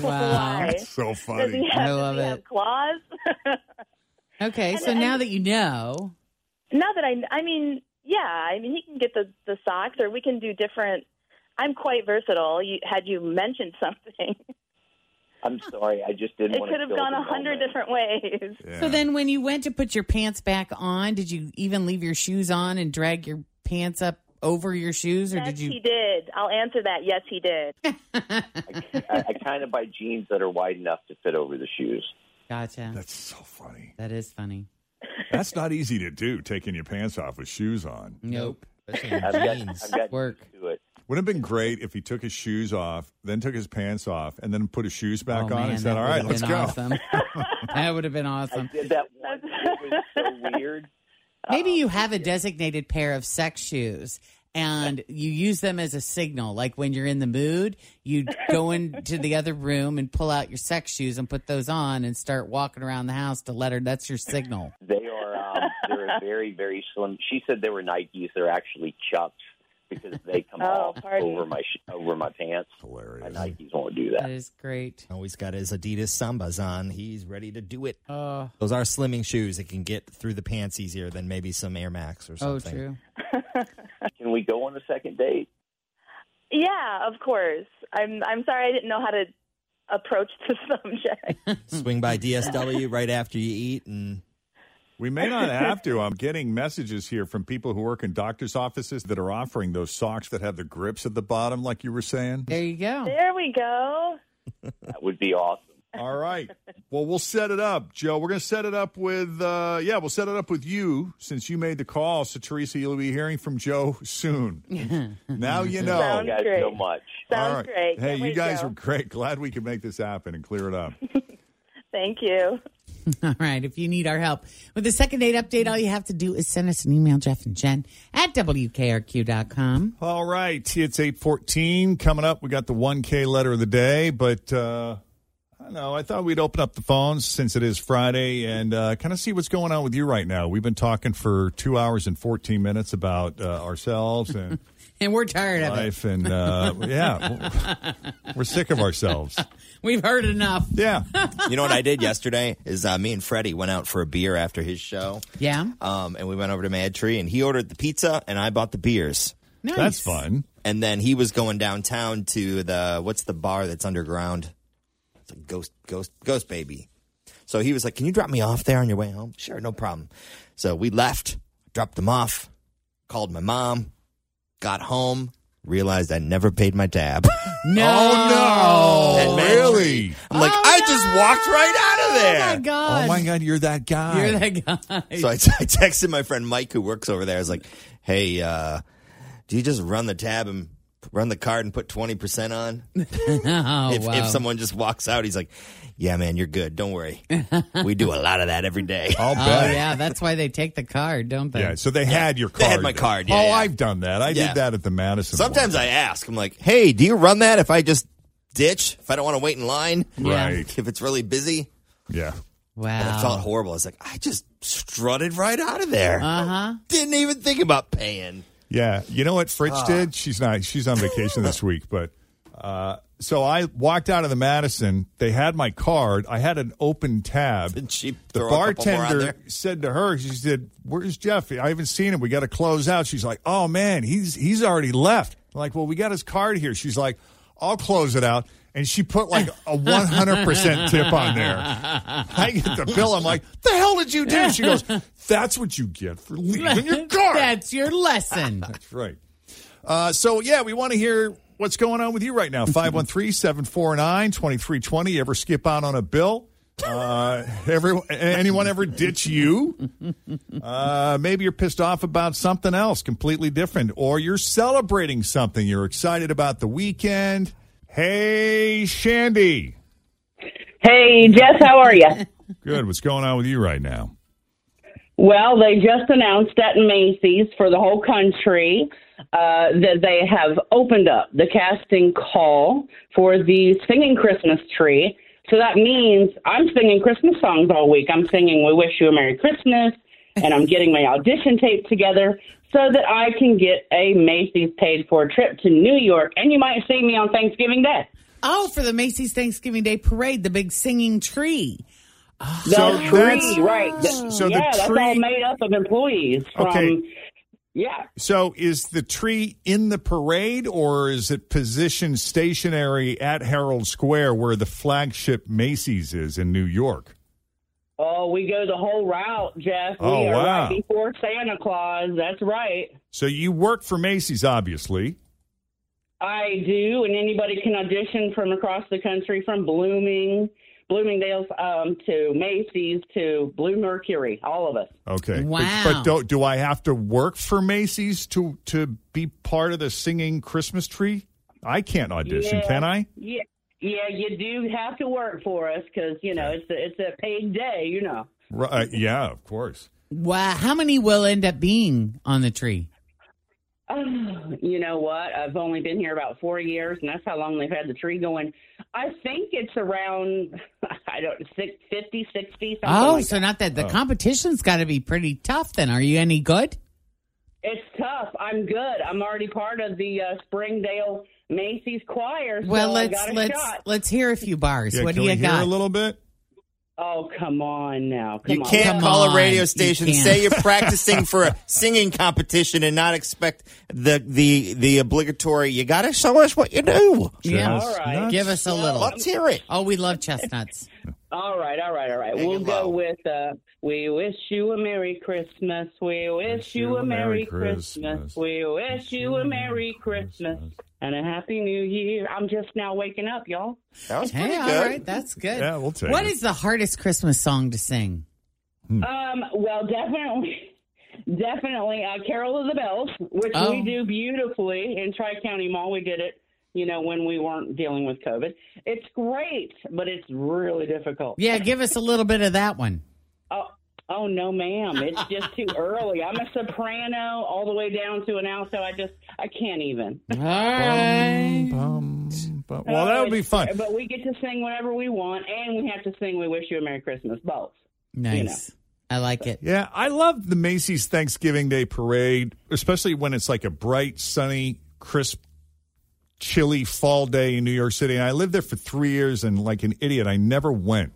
[SPEAKER 24] Why?
[SPEAKER 2] That's so
[SPEAKER 24] Does he
[SPEAKER 2] Oh, funny.
[SPEAKER 24] have, does he have claws?
[SPEAKER 3] Okay,
[SPEAKER 24] And-
[SPEAKER 3] so now
[SPEAKER 24] and-
[SPEAKER 3] that you know,
[SPEAKER 24] Now that I, I mean, yeah, I mean, he can get the the socks, or we can do different. I'm quite versatile. You, had you mentioned something,
[SPEAKER 23] I'm sorry, I just didn't.
[SPEAKER 24] it
[SPEAKER 23] want
[SPEAKER 24] could have
[SPEAKER 23] to kill
[SPEAKER 24] gone
[SPEAKER 23] the
[SPEAKER 24] a hundred
[SPEAKER 23] moment.
[SPEAKER 24] different ways.
[SPEAKER 3] so then when you went to put your pants back on, did you even leave your shoes on and drag your pants up over your shoes, or
[SPEAKER 24] yes,
[SPEAKER 3] did you?
[SPEAKER 24] he did. I'll answer that. Yes, he did.
[SPEAKER 23] I, I kind of buy jeans that are wide enough to fit over the shoes.
[SPEAKER 3] Gotcha.
[SPEAKER 2] That's so funny.
[SPEAKER 3] That is funny.
[SPEAKER 2] That's not easy to do, taking your pants off with shoes on.
[SPEAKER 3] Nope.
[SPEAKER 23] I've got, I've got work to it.
[SPEAKER 2] Wouldn't it have been great if he took his shoes off, then took his pants off, and then put his shoes back
[SPEAKER 3] Oh,
[SPEAKER 2] on
[SPEAKER 3] man,
[SPEAKER 2] and said,
[SPEAKER 3] that
[SPEAKER 2] All
[SPEAKER 3] would
[SPEAKER 2] right,
[SPEAKER 3] have
[SPEAKER 2] let's
[SPEAKER 3] been
[SPEAKER 2] go.
[SPEAKER 3] awesome. that would have been awesome.
[SPEAKER 23] Did that one. It was so weird.
[SPEAKER 3] Maybe you have a designated pair of sex shoes and you use them as a signal. Like when you're in the mood, you go into the other room and pull out your sex shoes and put those on and start walking around the house to let her. That's your signal.
[SPEAKER 23] They are um, they're a very very slim. She said they were Nikes. They're actually Chucks because they come
[SPEAKER 3] Oh,
[SPEAKER 23] off
[SPEAKER 3] pardon.
[SPEAKER 23] over my sh- over my pants.
[SPEAKER 2] Hilarious.
[SPEAKER 23] My Nikes won't do that.
[SPEAKER 3] is great.
[SPEAKER 4] Oh, he's got his Adidas Sambas on. He's ready to do it.
[SPEAKER 3] Uh,
[SPEAKER 4] Those are slimming shoes that can get through the pants easier than maybe some Air Max or
[SPEAKER 3] Oh,
[SPEAKER 4] something.
[SPEAKER 23] Can we go on a second date?
[SPEAKER 24] Yeah, of course. I'm. I'm sorry. I didn't know how to approach the subject.
[SPEAKER 4] Swing by DSW right after you eat,
[SPEAKER 23] Mm.
[SPEAKER 4] and
[SPEAKER 2] We may not have to. I'm getting messages here from people who work in doctor's offices that are offering those socks that have the grips at the bottom, like you were saying.
[SPEAKER 3] There you go.
[SPEAKER 24] There we go.
[SPEAKER 23] That would be awesome.
[SPEAKER 2] All right. Well, we'll set it up, Joe. We're going to set it up with, uh, yeah, we'll set it up with you since you made the call. So, Teresa, you'll be hearing from Joe soon. now you know.
[SPEAKER 23] Thank you guys so much.
[SPEAKER 2] All right. Hey, you guys are great. Glad we could make this happen and clear it up.
[SPEAKER 24] Thank you.
[SPEAKER 3] All right. If you need our help with the second date update, all you have to do is send us an email, Jeff and Jen at WKRQ.com.
[SPEAKER 2] All right, it's eight fourteen. Coming up, we got the one K letter of the day, but uh, I don't know. I thought we'd open up the phones since it is Friday and uh, kind of see what's going on with you right now. We've been talking for two hours and fourteen minutes about uh, ourselves and
[SPEAKER 3] And we're tired of it.
[SPEAKER 2] life, and uh, yeah, we're- we're sick of ourselves.
[SPEAKER 3] We've heard enough.
[SPEAKER 2] Yeah.
[SPEAKER 4] you know what I did yesterday is uh, me and Freddie went out for a beer after his show.
[SPEAKER 3] Yeah.
[SPEAKER 4] Um, and we went over to Mad Tree, and he ordered the pizza, and I bought the beers.
[SPEAKER 3] Nice. That's
[SPEAKER 2] fun.
[SPEAKER 4] And then he was going downtown to the what's the bar that's underground? It's a ghost, ghost, ghost baby. So he was like, "Can you drop me off there on your way home?" Sure, no problem. So we left, dropped him off, called my mom, got home, realized I never paid my tab.
[SPEAKER 3] No.
[SPEAKER 2] Oh,
[SPEAKER 4] At Mad Tree. I'm like, I just walked right out of there.
[SPEAKER 3] Oh, my God.
[SPEAKER 4] Oh my God, you're that guy.
[SPEAKER 3] You're that guy.
[SPEAKER 4] So I, t- I texted my friend Mike, who works over there. I was like, "Hey, uh, do you just run the tab and run the card and put twenty percent on? if,
[SPEAKER 3] Oh, wow.
[SPEAKER 4] if someone just walks out, he's like, "Yeah, man, you're good. Don't worry. we do a lot of that every day.
[SPEAKER 3] oh yeah, that's why they take the card, don't they?
[SPEAKER 2] Yeah, so they had your card.
[SPEAKER 4] They had my card, yeah,
[SPEAKER 2] oh,
[SPEAKER 4] yeah.
[SPEAKER 2] I've done that. I
[SPEAKER 4] Yeah.
[SPEAKER 2] did that at the Madison.
[SPEAKER 4] Sometimes I ask. I'm like, "Hey, do you run that? If I just ditch, if I don't want to wait in line,
[SPEAKER 2] Yeah. Right.
[SPEAKER 4] If it's really busy,
[SPEAKER 2] yeah.
[SPEAKER 4] And I felt horrible. I was like, I just strutted right out of there. Uh
[SPEAKER 3] Uh-huh.
[SPEAKER 4] huh. Didn't even think about paying.
[SPEAKER 2] Yeah, you know what Fritz
[SPEAKER 4] Ah.
[SPEAKER 2] did? She's not. She's on vacation this week, but uh, so I walked out of the Madison. They had my card. I had an open tab.
[SPEAKER 4] Didn't she
[SPEAKER 2] the
[SPEAKER 4] throw a couple more on
[SPEAKER 2] bartender
[SPEAKER 4] there?
[SPEAKER 2] said to her, she said, "Where's Jeff? I haven't seen him. We got to close out." She's like, "Oh man, he's he's already left." I'm like, well, we got his card here. She's like, "I'll close it out." And she put like a 100% tip on there. I get the bill. I'm like, the hell did you do? She goes, that's what you get for leaving your card.
[SPEAKER 3] That's your lesson.
[SPEAKER 2] That's right. Uh, so, yeah, we want to hear what's going on with you right now. 513 749 2320. You ever skip out on a bill? Uh, every, anyone ever ditch you? Uh, maybe you're pissed off about something else completely different, or you're celebrating something. You're excited about the weekend. Hey, Shandy.
[SPEAKER 25] Hey, Jess, how are you?
[SPEAKER 2] Good. What's going on with you right now?
[SPEAKER 25] Well, they just announced at Macy's for the whole country uh, that they have opened up the casting call for the singing Christmas tree. So that means I'm singing Christmas songs all week. I'm singing We Wish You a Merry Christmas, and I'm getting my audition tape together so that I can get a Macy's paid for trip to New York. And you might see me on Thanksgiving Day.
[SPEAKER 3] Oh, for the Macy's Thanksgiving Day Parade, the big singing tree. Oh.
[SPEAKER 25] The
[SPEAKER 3] So that's-
[SPEAKER 25] tree, right.
[SPEAKER 3] so the
[SPEAKER 25] yeah, that's all
[SPEAKER 3] tree-
[SPEAKER 25] made up of employees from,
[SPEAKER 2] Okay.
[SPEAKER 25] yeah.
[SPEAKER 2] So, is the tree in the parade, or is it positioned stationary at Herald Square, where the flagship Macy's is in New York?
[SPEAKER 25] Oh, we go the whole route, Jeff.
[SPEAKER 2] Oh,
[SPEAKER 25] we are
[SPEAKER 2] wow.
[SPEAKER 25] right before Santa Claus. That's right.
[SPEAKER 2] So, you work for Macy's, obviously.
[SPEAKER 25] I do, and anybody can audition from across the country, from Blooming, Bloomingdale's um, to Macy's to Blue Mercury. All of us.
[SPEAKER 2] Okay. But-
[SPEAKER 25] Wow.
[SPEAKER 2] But, do, do I have to work for Macy's to to be part of the singing Christmas tree? I can't audition,
[SPEAKER 25] Yeah.
[SPEAKER 2] can I?
[SPEAKER 25] Yeah, yeah. You do have to work for us because you know it's a, it's a paid day. You know.
[SPEAKER 2] Right, uh, yeah, of course.
[SPEAKER 3] Wow. How many will end up being on the tree?
[SPEAKER 25] Oh, you know what? I've only been here about four years, and that's how long they've had the tree going. I think it's around, I don't six, 50, 60, something
[SPEAKER 3] oh,
[SPEAKER 25] like
[SPEAKER 3] so
[SPEAKER 25] that.
[SPEAKER 3] not that the
[SPEAKER 25] Oh.
[SPEAKER 3] competition's got to be pretty tough. Then, are you any good?
[SPEAKER 25] It's tough. I'm good. I'm already part of the uh, Springdale Macy's choir. So
[SPEAKER 3] well,
[SPEAKER 25] I
[SPEAKER 3] let's
[SPEAKER 25] got a
[SPEAKER 3] let's
[SPEAKER 25] shot.
[SPEAKER 3] let's hear a few bars.
[SPEAKER 2] Yeah,
[SPEAKER 3] what
[SPEAKER 2] can
[SPEAKER 3] do
[SPEAKER 2] we
[SPEAKER 3] you
[SPEAKER 2] hear
[SPEAKER 3] got?
[SPEAKER 2] a little bit?
[SPEAKER 25] Oh, come on now. Come
[SPEAKER 4] you
[SPEAKER 25] on.
[SPEAKER 4] can't
[SPEAKER 25] Come
[SPEAKER 4] call
[SPEAKER 25] on.
[SPEAKER 4] a radio station,
[SPEAKER 25] can't.
[SPEAKER 4] say you're practicing for a singing competition, and not expect the the the obligatory. You got to show us what you do.
[SPEAKER 3] Yeah. All right. Give us a little.
[SPEAKER 4] Let's hear it.
[SPEAKER 3] Oh, we love chestnuts.
[SPEAKER 25] All right, all right, all right.
[SPEAKER 4] Hang
[SPEAKER 25] We'll
[SPEAKER 4] it
[SPEAKER 25] go
[SPEAKER 4] low.
[SPEAKER 25] with uh, We Wish You a Merry Christmas. We wish you a Merry Christmas. We wish you a Merry Christmas. And a Happy New Year. I'm just now waking up, y'all.
[SPEAKER 4] That was
[SPEAKER 3] Hey, all right, that's good.
[SPEAKER 25] Yeah, we'll take
[SPEAKER 3] What
[SPEAKER 25] it.
[SPEAKER 3] is the hardest Christmas song to sing?
[SPEAKER 2] Hmm.
[SPEAKER 25] Um, well, definitely, definitely, uh, Carol of the Bells, which
[SPEAKER 3] Oh.
[SPEAKER 25] we do beautifully in Tri County Mall. We did it, you know, when we weren't dealing with COVID. It's great, but it's really difficult.
[SPEAKER 3] Yeah, give us a little bit of that one.
[SPEAKER 25] Oh, oh no, ma'am, it's just too early. I'm a soprano all the way down to an alto. I just, I can't even.
[SPEAKER 2] Bum, bum, bum. Well, that would be fun.
[SPEAKER 25] But we get to sing whenever we want, and we have to sing "We Wish You a Merry Christmas" both.
[SPEAKER 3] Nice. I like it.
[SPEAKER 2] Yeah, I love the Macy's Thanksgiving Day parade, especially when it's like a bright, sunny, crisp, chilly fall day in New York City. And I lived there for three years, and like an idiot, I never went.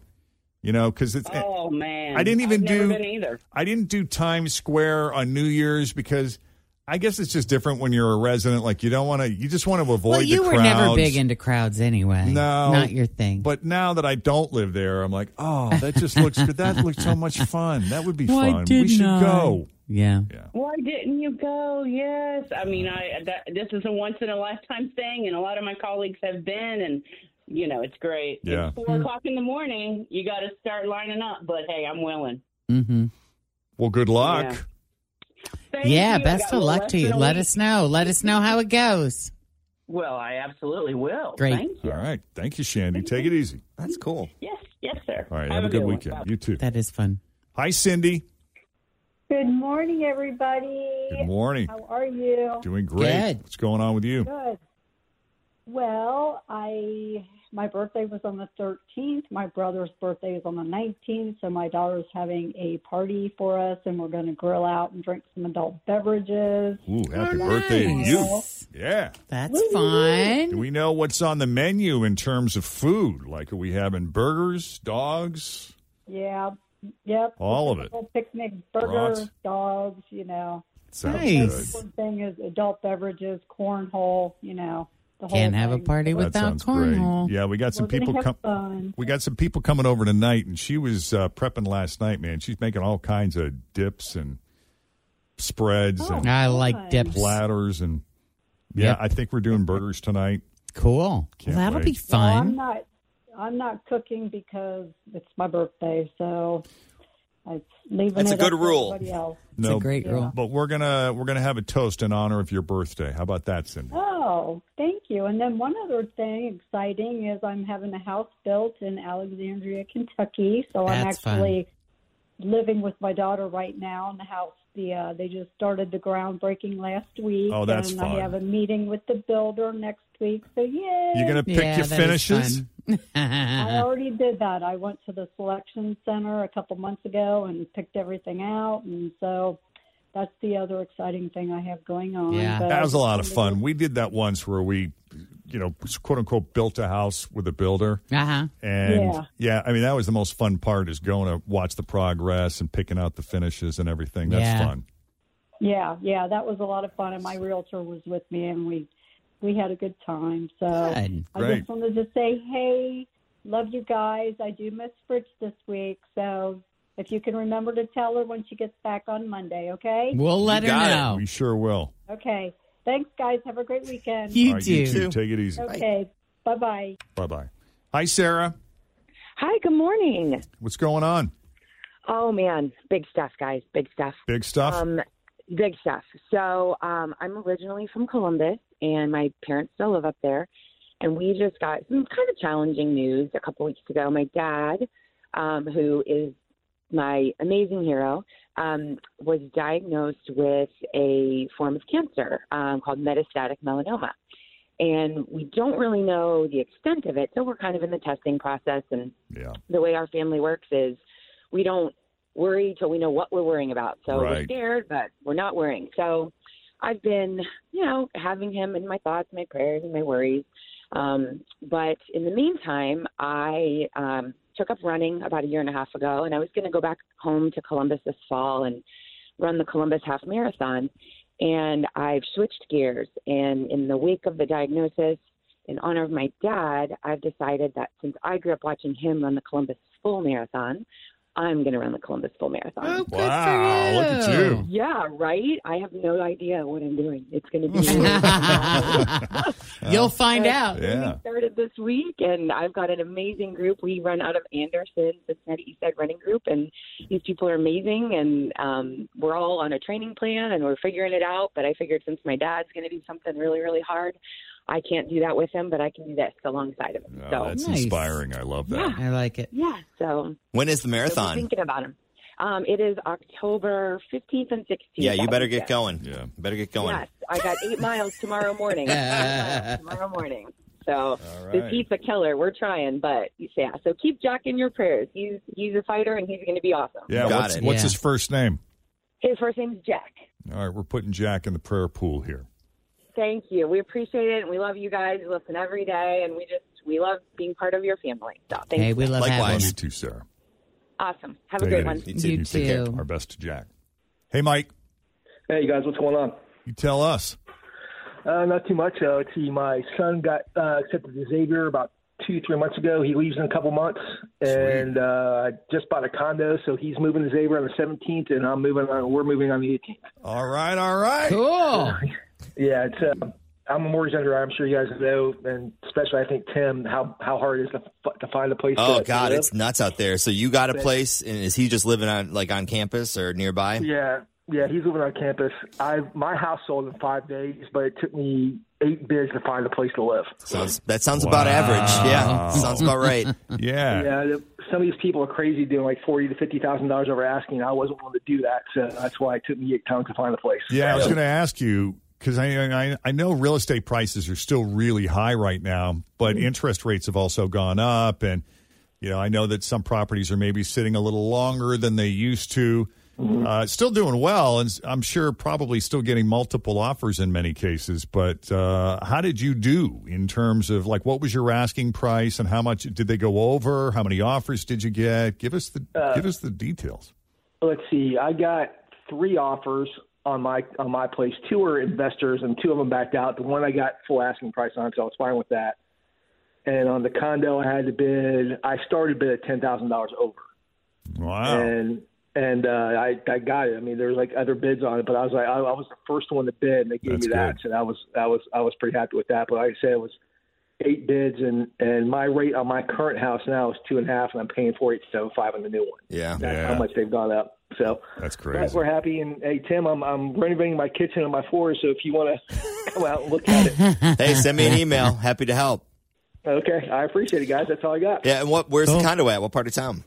[SPEAKER 2] You know, because it's
[SPEAKER 25] Oh man,
[SPEAKER 2] I didn't even
[SPEAKER 25] I've never
[SPEAKER 2] do
[SPEAKER 25] been either.
[SPEAKER 2] I didn't do Times Square on New Year's because I guess it's just different when you're a resident. Like you don't want to, you just want to avoid.
[SPEAKER 3] Well, you
[SPEAKER 2] the
[SPEAKER 3] were never
[SPEAKER 2] crowds.
[SPEAKER 3] big into crowds anyway.
[SPEAKER 2] No.
[SPEAKER 3] Not your thing.
[SPEAKER 2] Oh, But now that I don't live there, I'm like, oh, that just looks good. That looks so much fun. That would be
[SPEAKER 3] Why
[SPEAKER 2] fun. We should
[SPEAKER 3] didn't I?
[SPEAKER 2] go.
[SPEAKER 3] Yeah.
[SPEAKER 25] Why didn't you go? Yes, I mean, I that, this is a once in a lifetime thing, and a lot of my colleagues have been, and You know, it's great.
[SPEAKER 2] Yeah.
[SPEAKER 25] It's four o'clock in the morning. You got to start lining up. But hey, I'm willing.
[SPEAKER 3] Mm-hmm.
[SPEAKER 2] Well, good luck.
[SPEAKER 25] Thank
[SPEAKER 3] yeah,
[SPEAKER 25] you.
[SPEAKER 3] best
[SPEAKER 25] Got
[SPEAKER 3] of luck
[SPEAKER 25] less
[SPEAKER 3] to
[SPEAKER 25] than
[SPEAKER 3] you.
[SPEAKER 25] a
[SPEAKER 3] Let
[SPEAKER 25] week.
[SPEAKER 3] us know. Let us know how it goes.
[SPEAKER 25] Well, I absolutely will.
[SPEAKER 3] Great.
[SPEAKER 25] Thank you.
[SPEAKER 2] All right. Thank you, Shandy. Take it easy.
[SPEAKER 4] That's cool.
[SPEAKER 25] Yes, yes, sir.
[SPEAKER 2] All right. Have, a good,
[SPEAKER 3] one.
[SPEAKER 2] weekend. You too.
[SPEAKER 3] That is fun.
[SPEAKER 2] Hi, Cindy.
[SPEAKER 26] Good morning, everybody.
[SPEAKER 2] Good morning.
[SPEAKER 26] How are you?
[SPEAKER 2] Doing great.
[SPEAKER 3] Good.
[SPEAKER 2] What's going on with you?
[SPEAKER 26] Good. Well, I my birthday was on the 13th. My brother's birthday is on the 19th, so my daughter's having a party for us, and we're going to grill out and drink some adult beverages.
[SPEAKER 2] Ooh, happy
[SPEAKER 26] Oh,
[SPEAKER 2] birthday
[SPEAKER 26] nice.
[SPEAKER 2] to you. Yeah.
[SPEAKER 3] That's fun.
[SPEAKER 2] Do we know what's on the menu in terms of food? Like, are we having burgers, dogs?
[SPEAKER 26] Yeah, yep.
[SPEAKER 2] All of it.
[SPEAKER 26] Little picnic, burgers,
[SPEAKER 2] Brats.
[SPEAKER 26] dogs. You know,
[SPEAKER 2] Sounds
[SPEAKER 3] Nice.
[SPEAKER 2] good.
[SPEAKER 26] one thing is adult beverages, cornhole. You know, the whole
[SPEAKER 3] Can't have a
[SPEAKER 26] thing.
[SPEAKER 3] party
[SPEAKER 2] That
[SPEAKER 3] without
[SPEAKER 2] sounds great.
[SPEAKER 3] cornhole.
[SPEAKER 2] Yeah, we got some
[SPEAKER 26] We're gonna
[SPEAKER 2] people
[SPEAKER 26] have
[SPEAKER 2] com-
[SPEAKER 26] fun.
[SPEAKER 2] We got some people coming over tonight, and she was uh, prepping last night. Man, she's making all kinds of dips and spreads and
[SPEAKER 3] Oh, I like dips.
[SPEAKER 2] platters, and yeah,
[SPEAKER 3] Yep.
[SPEAKER 2] I think we're doing burgers tonight.
[SPEAKER 3] Cool.
[SPEAKER 2] Can't
[SPEAKER 3] well, that'll
[SPEAKER 2] wait.
[SPEAKER 3] be
[SPEAKER 26] Well,
[SPEAKER 3] fun.
[SPEAKER 26] I'm not. I'm not cooking because it's my birthday, so I leaving.
[SPEAKER 4] That's a
[SPEAKER 26] it
[SPEAKER 4] good
[SPEAKER 26] up to
[SPEAKER 4] rule.
[SPEAKER 26] everybody else.
[SPEAKER 3] a great
[SPEAKER 2] but-
[SPEAKER 3] rule.
[SPEAKER 2] But we're gonna we're gonna have a toast in honor of your birthday. How about that, Cindy?
[SPEAKER 26] Oh, thank you. And then one other thing exciting is I'm having a house built in Alexandria, Kentucky. So I'm
[SPEAKER 3] That's fun.
[SPEAKER 26] actually living with my daughter right now in the house. The uh, they just started the groundbreaking last week.
[SPEAKER 2] Oh, that's
[SPEAKER 26] and
[SPEAKER 2] fun.
[SPEAKER 26] I have a meeting with the builder next week. So yay!
[SPEAKER 2] You're gonna pick
[SPEAKER 3] Yeah,
[SPEAKER 2] your
[SPEAKER 3] that is Uh-huh.
[SPEAKER 2] finishes.
[SPEAKER 26] I
[SPEAKER 3] fun.
[SPEAKER 26] already did that. I went to the selection center a couple months ago and picked everything out, and so that's the other exciting thing I have going
[SPEAKER 27] Oh,
[SPEAKER 26] on.
[SPEAKER 3] Yeah.
[SPEAKER 26] But
[SPEAKER 2] That was a lot of
[SPEAKER 26] I-
[SPEAKER 2] fun. We did that once where we, you know, quote unquote, built a house with a builder.
[SPEAKER 3] uh huh.
[SPEAKER 2] And yeah.
[SPEAKER 26] Yeah.
[SPEAKER 2] I mean that was the most fun part is going to watch the progress and picking out the finishes and everything. That's
[SPEAKER 3] Yeah.
[SPEAKER 2] fun.
[SPEAKER 26] Yeah, yeah, that was a lot of fun, and my realtor was with me, and we we had a good time. So
[SPEAKER 3] Good.
[SPEAKER 26] I
[SPEAKER 2] Great.
[SPEAKER 26] just wanted to say, hey, love you guys. I do miss Fritz this week, so if you can remember to tell her when she gets back on Monday, okay?
[SPEAKER 3] We'll let her
[SPEAKER 4] got it.
[SPEAKER 3] know.
[SPEAKER 2] We sure will.
[SPEAKER 26] Okay. Thanks, guys. Have a great weekend.
[SPEAKER 3] You
[SPEAKER 2] All right,
[SPEAKER 3] do.
[SPEAKER 2] you too. Take it easy.
[SPEAKER 26] okay. Bye bye.
[SPEAKER 2] Bye bye. Hi Sarah.
[SPEAKER 27] Hi, good morning.
[SPEAKER 2] What's going on?
[SPEAKER 27] Oh man, big stuff, guys, big stuff.
[SPEAKER 2] Big stuff.
[SPEAKER 27] Um, big stuff. So um, I'm originally from Columbus, and my parents still live up there. And we just got some kind of challenging news a couple weeks ago. My dad, um, who is my amazing hero, um, was diagnosed with a form of cancer um, called metastatic melanoma. And we don't really know the extent of it, so we're kind of in the testing process and
[SPEAKER 2] yeah.
[SPEAKER 27] the way our family works is we don't worry till we know what we're worrying about. So
[SPEAKER 2] Right.
[SPEAKER 27] we're scared, but we're not worrying. So I've been, you know, having him in my thoughts, my prayers, and my worries. Um, but in the meantime, I um, took up running about a year and a half ago, and I was going to go back home to Columbus this fall and run the Columbus Half Marathon. And I've switched gears. And in the wake of the diagnosis, in honor of my dad, I've decided that since I grew up watching him run the Columbus Full Marathon, I'm going to run the Columbus Full Marathon.
[SPEAKER 2] wow, look at you.
[SPEAKER 27] Yeah, right? I have no idea what I'm doing. It's going to be.
[SPEAKER 3] You'll find out.
[SPEAKER 2] Yeah.
[SPEAKER 27] started this week, and I've got an amazing group. We run out of Anderson, Cincinnati East Side Running Group, and these people are amazing. And um, we're all on a training plan, and we're figuring it out. But I figured since my dad's going to do something really, really hard, I can't do that with him, but I can do this alongside of him.
[SPEAKER 2] Oh,
[SPEAKER 27] so
[SPEAKER 2] that's
[SPEAKER 3] Nice.
[SPEAKER 2] inspiring. I love that.
[SPEAKER 3] I like it.
[SPEAKER 27] yeah, so
[SPEAKER 4] When is the
[SPEAKER 27] so we're
[SPEAKER 4] marathon?
[SPEAKER 27] thinking about him. Um, it is October 15th and 16th.
[SPEAKER 4] Yeah, you
[SPEAKER 27] that
[SPEAKER 4] better get
[SPEAKER 27] weekend.
[SPEAKER 4] going.
[SPEAKER 2] Yeah.
[SPEAKER 4] Better get going.
[SPEAKER 27] Yes, I got eight miles tomorrow morning. tomorrow morning. So
[SPEAKER 4] All
[SPEAKER 27] this
[SPEAKER 4] right.
[SPEAKER 27] he's a killer. We're trying, but yeah. So keep jocking your prayers. He's he's a fighter, and he's going to be awesome.
[SPEAKER 2] Yeah,
[SPEAKER 4] Got
[SPEAKER 2] what's
[SPEAKER 4] it.
[SPEAKER 2] what's
[SPEAKER 3] Yeah.
[SPEAKER 2] his first name?
[SPEAKER 27] His first name's Jack.
[SPEAKER 2] All right, we're putting Jack in the prayer pool here.
[SPEAKER 27] Thank you. We appreciate it, and we love you guys. We listen every day, and we just we love being part of your family. So thank
[SPEAKER 3] Hey,
[SPEAKER 27] you.
[SPEAKER 3] we love
[SPEAKER 4] Likewise.
[SPEAKER 3] having
[SPEAKER 2] You
[SPEAKER 3] you.
[SPEAKER 2] too, Sarah.
[SPEAKER 27] awesome. Have a
[SPEAKER 2] Take it
[SPEAKER 27] great one.
[SPEAKER 2] easy.
[SPEAKER 3] You
[SPEAKER 2] Take care.
[SPEAKER 3] too.
[SPEAKER 2] Our best to Jack. Hey Mike,
[SPEAKER 28] Hey guys, what's going on?
[SPEAKER 2] you tell us.
[SPEAKER 28] Uh, not too much. Uh, let's see, my son got uh, accepted to Xavier about two, three months ago. He leaves in a couple months, and uh, I just bought a condo, so he's moving to Xavier on the 17th, and I'm moving on. We're moving on the 18th.
[SPEAKER 2] All right, all right.
[SPEAKER 3] Cool.
[SPEAKER 28] Yeah, it's. Uh, I'm a mortgage underwriter. I'm sure you guys know, and especially I think Tim, how how hard it is to, f- to find a place.
[SPEAKER 4] Oh
[SPEAKER 28] to
[SPEAKER 4] God,
[SPEAKER 28] live.
[SPEAKER 4] it's nuts out there. So you got a place, and is he just living on like on campus or nearby?
[SPEAKER 28] Yeah, yeah, he's living on campus. I my house sold in five days, but it took me eight bids to find a place to live.
[SPEAKER 4] Sounds, that sounds about average. Yeah, sounds about right.
[SPEAKER 28] yeah. the- Some of these people are crazy doing like forty to fifty thousand dollars over asking. I wasn't willing to do that, so that's why it took me eight times to find a place.
[SPEAKER 2] Yeah, I was going to ask you because I, I I know real estate prices are still really high right now, but
[SPEAKER 4] Mm-hmm.
[SPEAKER 2] interest rates have also gone up, and you know I know that some properties are maybe sitting a little longer than they used to.
[SPEAKER 4] Mm-hmm.
[SPEAKER 2] Uh, still doing well, and s- I'm sure probably still getting multiple offers in many cases. But uh, how did you do in terms of like what was your asking price, and how much did they go over? How many offers did you get? Give us the
[SPEAKER 28] Uh,
[SPEAKER 2] give us the details.
[SPEAKER 28] Let's see. I got three offers on my on my place. Two were investors, and two of them backed out. The one I got full asking price on, so I was fine with that. And on the condo, I had to bid. I started bid at ten thousand dollars over.
[SPEAKER 2] Wow.
[SPEAKER 28] And and uh, I I got it. I mean, there was like other bids on it, but I was like I, I was the first one to bid, and they gave
[SPEAKER 29] That's
[SPEAKER 28] me that,
[SPEAKER 29] good.
[SPEAKER 28] so that was I was I was pretty happy with that. But like I said, it was eight bids, and and my rate on my current house now is two and a half, and I'm paying four eight seven five on the new one.
[SPEAKER 4] Yeah,
[SPEAKER 28] That's how much they've gone up. So
[SPEAKER 2] that's
[SPEAKER 28] But we're happy, and hey Tim, I'm I'm renovating my kitchen and my floors, so if you want to come out and look at it,
[SPEAKER 4] hey, send me an email. Happy to help.
[SPEAKER 28] okay, I appreciate it, guys. That's all I got.
[SPEAKER 4] Yeah, and what? Where's the condo at? What part of town?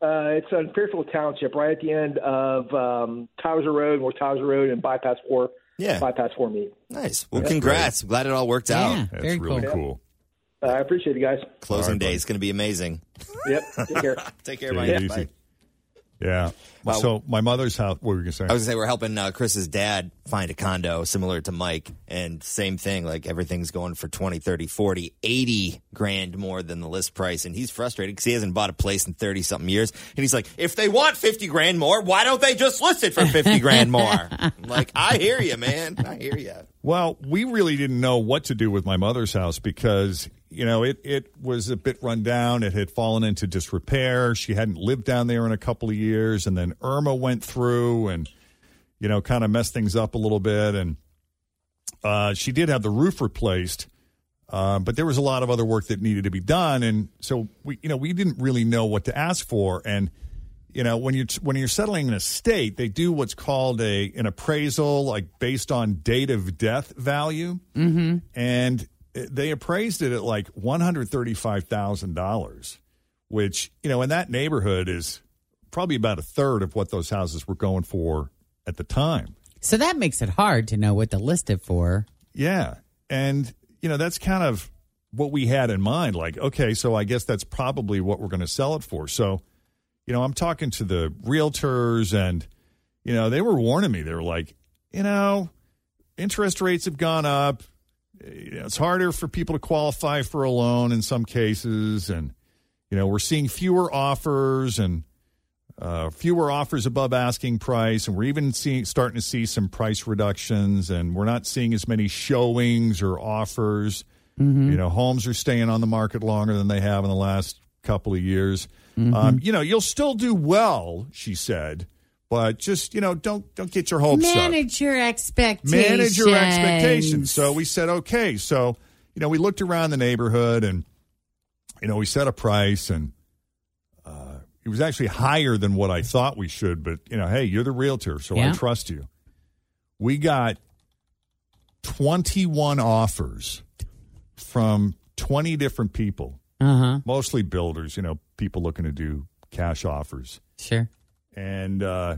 [SPEAKER 28] Uh, it's on Fairfield Township, right at the end of um, Towser Road, where Towser Road and Bypass Four,
[SPEAKER 4] Yeah.
[SPEAKER 28] Bypass Four meet.
[SPEAKER 4] Nice. Well, congrats. Glad it all worked out.
[SPEAKER 28] Yeah, That's very really cool. cool. Uh, I appreciate you guys.
[SPEAKER 4] Closing day is going to be amazing.
[SPEAKER 28] Yep. Take care.
[SPEAKER 4] Take
[SPEAKER 2] Take
[SPEAKER 4] care,
[SPEAKER 2] it
[SPEAKER 4] Mike.
[SPEAKER 2] easy.
[SPEAKER 4] Bye.
[SPEAKER 2] Yeah.
[SPEAKER 4] Wow.
[SPEAKER 2] So my mother's house. What were you going to say?
[SPEAKER 4] I was gonna say we're helping uh, Chris's dad find a condo similar to Mike, and same thing. Like everything's going for 20, 30, 40, 80 grand more than the list price, and he's frustrated because he hasn't bought a place in thirty something years, and he's like, if they want fifty grand more, why don't they just list it for fifty grand more? I'm like I hear you, man. I hear you.
[SPEAKER 2] Well, we really didn't know what to do with my mother's house because, you know, it, it was a bit run down. It had fallen into disrepair. She hadn't lived down there in a couple of years. And then Irma went through and, you know, kind of messed things up a little bit. And uh, she did have the roof replaced. Um, but there was a lot of other work that needed to be done, and so we, you know, we didn't really know what to ask for. And you know, when you when you're settling an estate, they do what's called a an appraisal, like based on date of death value,
[SPEAKER 14] Mm-hmm.
[SPEAKER 2] and they appraised it at like one hundred thirty five thousand dollars, which you know in that neighborhood is probably about a third of what those houses were going for at the time.
[SPEAKER 3] So that makes it hard to know what to list it for.
[SPEAKER 2] Yeah. And, you know, that's kind of what we had in mind. Like, okay, so I guess that's probably what we're going to sell it for. So, you know, I'm talking to the realtors and, you know, they were warning me. They were like, you know, interest rates have gone up. You know, It's harder for people to qualify for a loan in some cases. And, you know, we're seeing fewer offers and, uh, fewer offers above asking price, and we're even seeing starting to see some price reductions, and we're not seeing as many showings or offers.
[SPEAKER 7] Mm-hmm.
[SPEAKER 2] You know, homes are staying on the market longer than they have in the last couple of years. Um, you know, you'll still do well, she said, but just you know, don't don't get your hopes up
[SPEAKER 3] Manage your expectations.
[SPEAKER 2] manage your expectations. So we said, okay. So, you know, we looked around the neighborhood and, you know, we set a price and uh, it was actually higher than what I thought we should. But, you know, hey, you're the realtor, so I
[SPEAKER 15] Yeah.
[SPEAKER 2] trust you. We got 21 offers from 20 different people,
[SPEAKER 3] Uh-huh.
[SPEAKER 2] mostly builders, you know, people looking to do cash offers.
[SPEAKER 3] Sure.
[SPEAKER 2] And uh,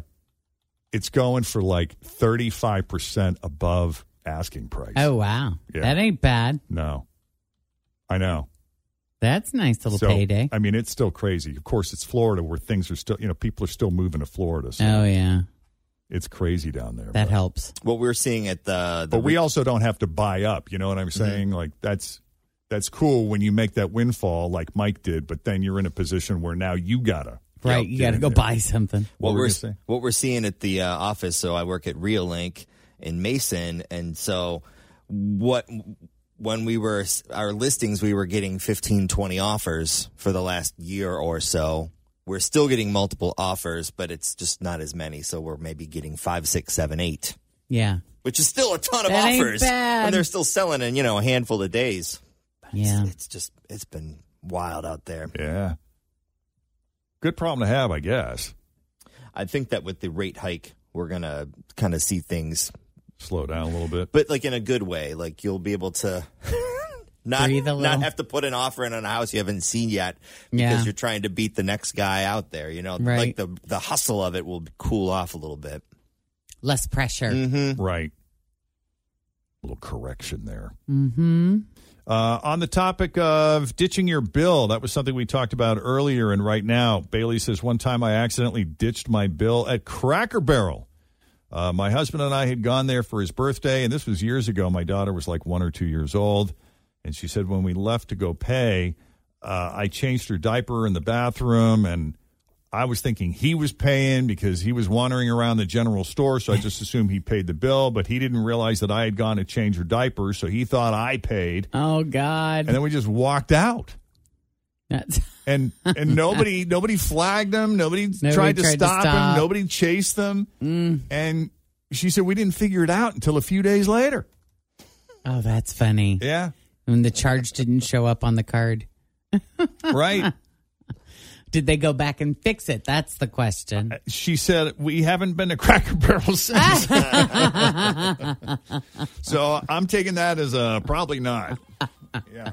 [SPEAKER 2] it's going for like 35% above asking price.
[SPEAKER 3] Oh wow,
[SPEAKER 2] Yeah.
[SPEAKER 3] that ain't bad.
[SPEAKER 2] No. I know.
[SPEAKER 3] That's a nice little
[SPEAKER 2] So,
[SPEAKER 3] payday.
[SPEAKER 2] I mean, it's still crazy. Of course, it's Florida where things are still, you know, people are still moving to Florida. So
[SPEAKER 3] Oh yeah,
[SPEAKER 2] it's crazy down there.
[SPEAKER 3] that helps.
[SPEAKER 4] What we're seeing at the, Mm-hmm. the
[SPEAKER 2] But we also don't have to buy up. You know what I'm saying? Like that's that's cool when you make that windfall like Mike did, but then you're in a position where now you gotta
[SPEAKER 3] Right, you
[SPEAKER 2] get
[SPEAKER 3] got to
[SPEAKER 2] in
[SPEAKER 3] go
[SPEAKER 2] there.
[SPEAKER 3] buy something.
[SPEAKER 4] what
[SPEAKER 2] What were
[SPEAKER 4] we're
[SPEAKER 2] you gonna say?
[SPEAKER 4] what we're seeing at the uh, office. So I work at RealLink in Mason, and so what when we were our listings, we were getting 15, 20 offers for the last year or so. We're still getting multiple offers, but it's just not as many. So we're maybe getting five, six, seven, eight.
[SPEAKER 3] Yeah,
[SPEAKER 4] which is still a ton of
[SPEAKER 3] That ain't
[SPEAKER 4] offers.
[SPEAKER 3] bad.
[SPEAKER 4] And they're still selling in, you know, a handful of days.
[SPEAKER 3] Yeah.
[SPEAKER 4] It's just, it's been wild out there.
[SPEAKER 2] Yeah. Good problem to have, I guess.
[SPEAKER 4] I think that with the rate hike, we're going to kind of see things
[SPEAKER 2] slow down a little bit.
[SPEAKER 4] But like in a good way, like you'll be able to not
[SPEAKER 3] Breathe a
[SPEAKER 4] not
[SPEAKER 3] little.
[SPEAKER 4] have to put an offer in on a house you haven't seen yet because
[SPEAKER 3] Yeah.
[SPEAKER 4] you're trying to beat the next guy out there, you know.
[SPEAKER 3] Right.
[SPEAKER 4] Like the the hustle of it will cool off a little bit.
[SPEAKER 3] Less pressure.
[SPEAKER 2] Mm. Right. little correction there.
[SPEAKER 3] Mm-hmm.
[SPEAKER 2] Uh, on the topic of ditching your bill, that was something we talked about earlier. And right now, Bailey says, One time I accidentally ditched my bill at Cracker Barrel. Uh, my husband and I had gone there for his birthday, and this was years ago. My daughter was like one or two years old. And she said, When we left to go pay, uh, I changed her diaper in the bathroom, and I was thinking he was paying because he was wandering around the general store. So I just assumed he paid the bill, but he didn't realize that I had gone to change her diaper. So he thought I paid.
[SPEAKER 3] Oh, God.
[SPEAKER 2] And then we just walked out. and and nobody nobody flagged him. Nobody,
[SPEAKER 3] Nobody
[SPEAKER 2] tried, to,
[SPEAKER 3] tried to
[SPEAKER 2] stop
[SPEAKER 3] stop. Mm.
[SPEAKER 2] him. Nobody chased them. And she said we didn't figure it out until a few days later.
[SPEAKER 3] Oh, that's funny.
[SPEAKER 2] Yeah.
[SPEAKER 3] When the charge didn't show up on the card.
[SPEAKER 2] right.
[SPEAKER 3] Did they go back and fix it? That's the question.
[SPEAKER 2] Uh, She said we haven't been to Cracker Barrel since. so I'm taking that as a probably not. Yeah.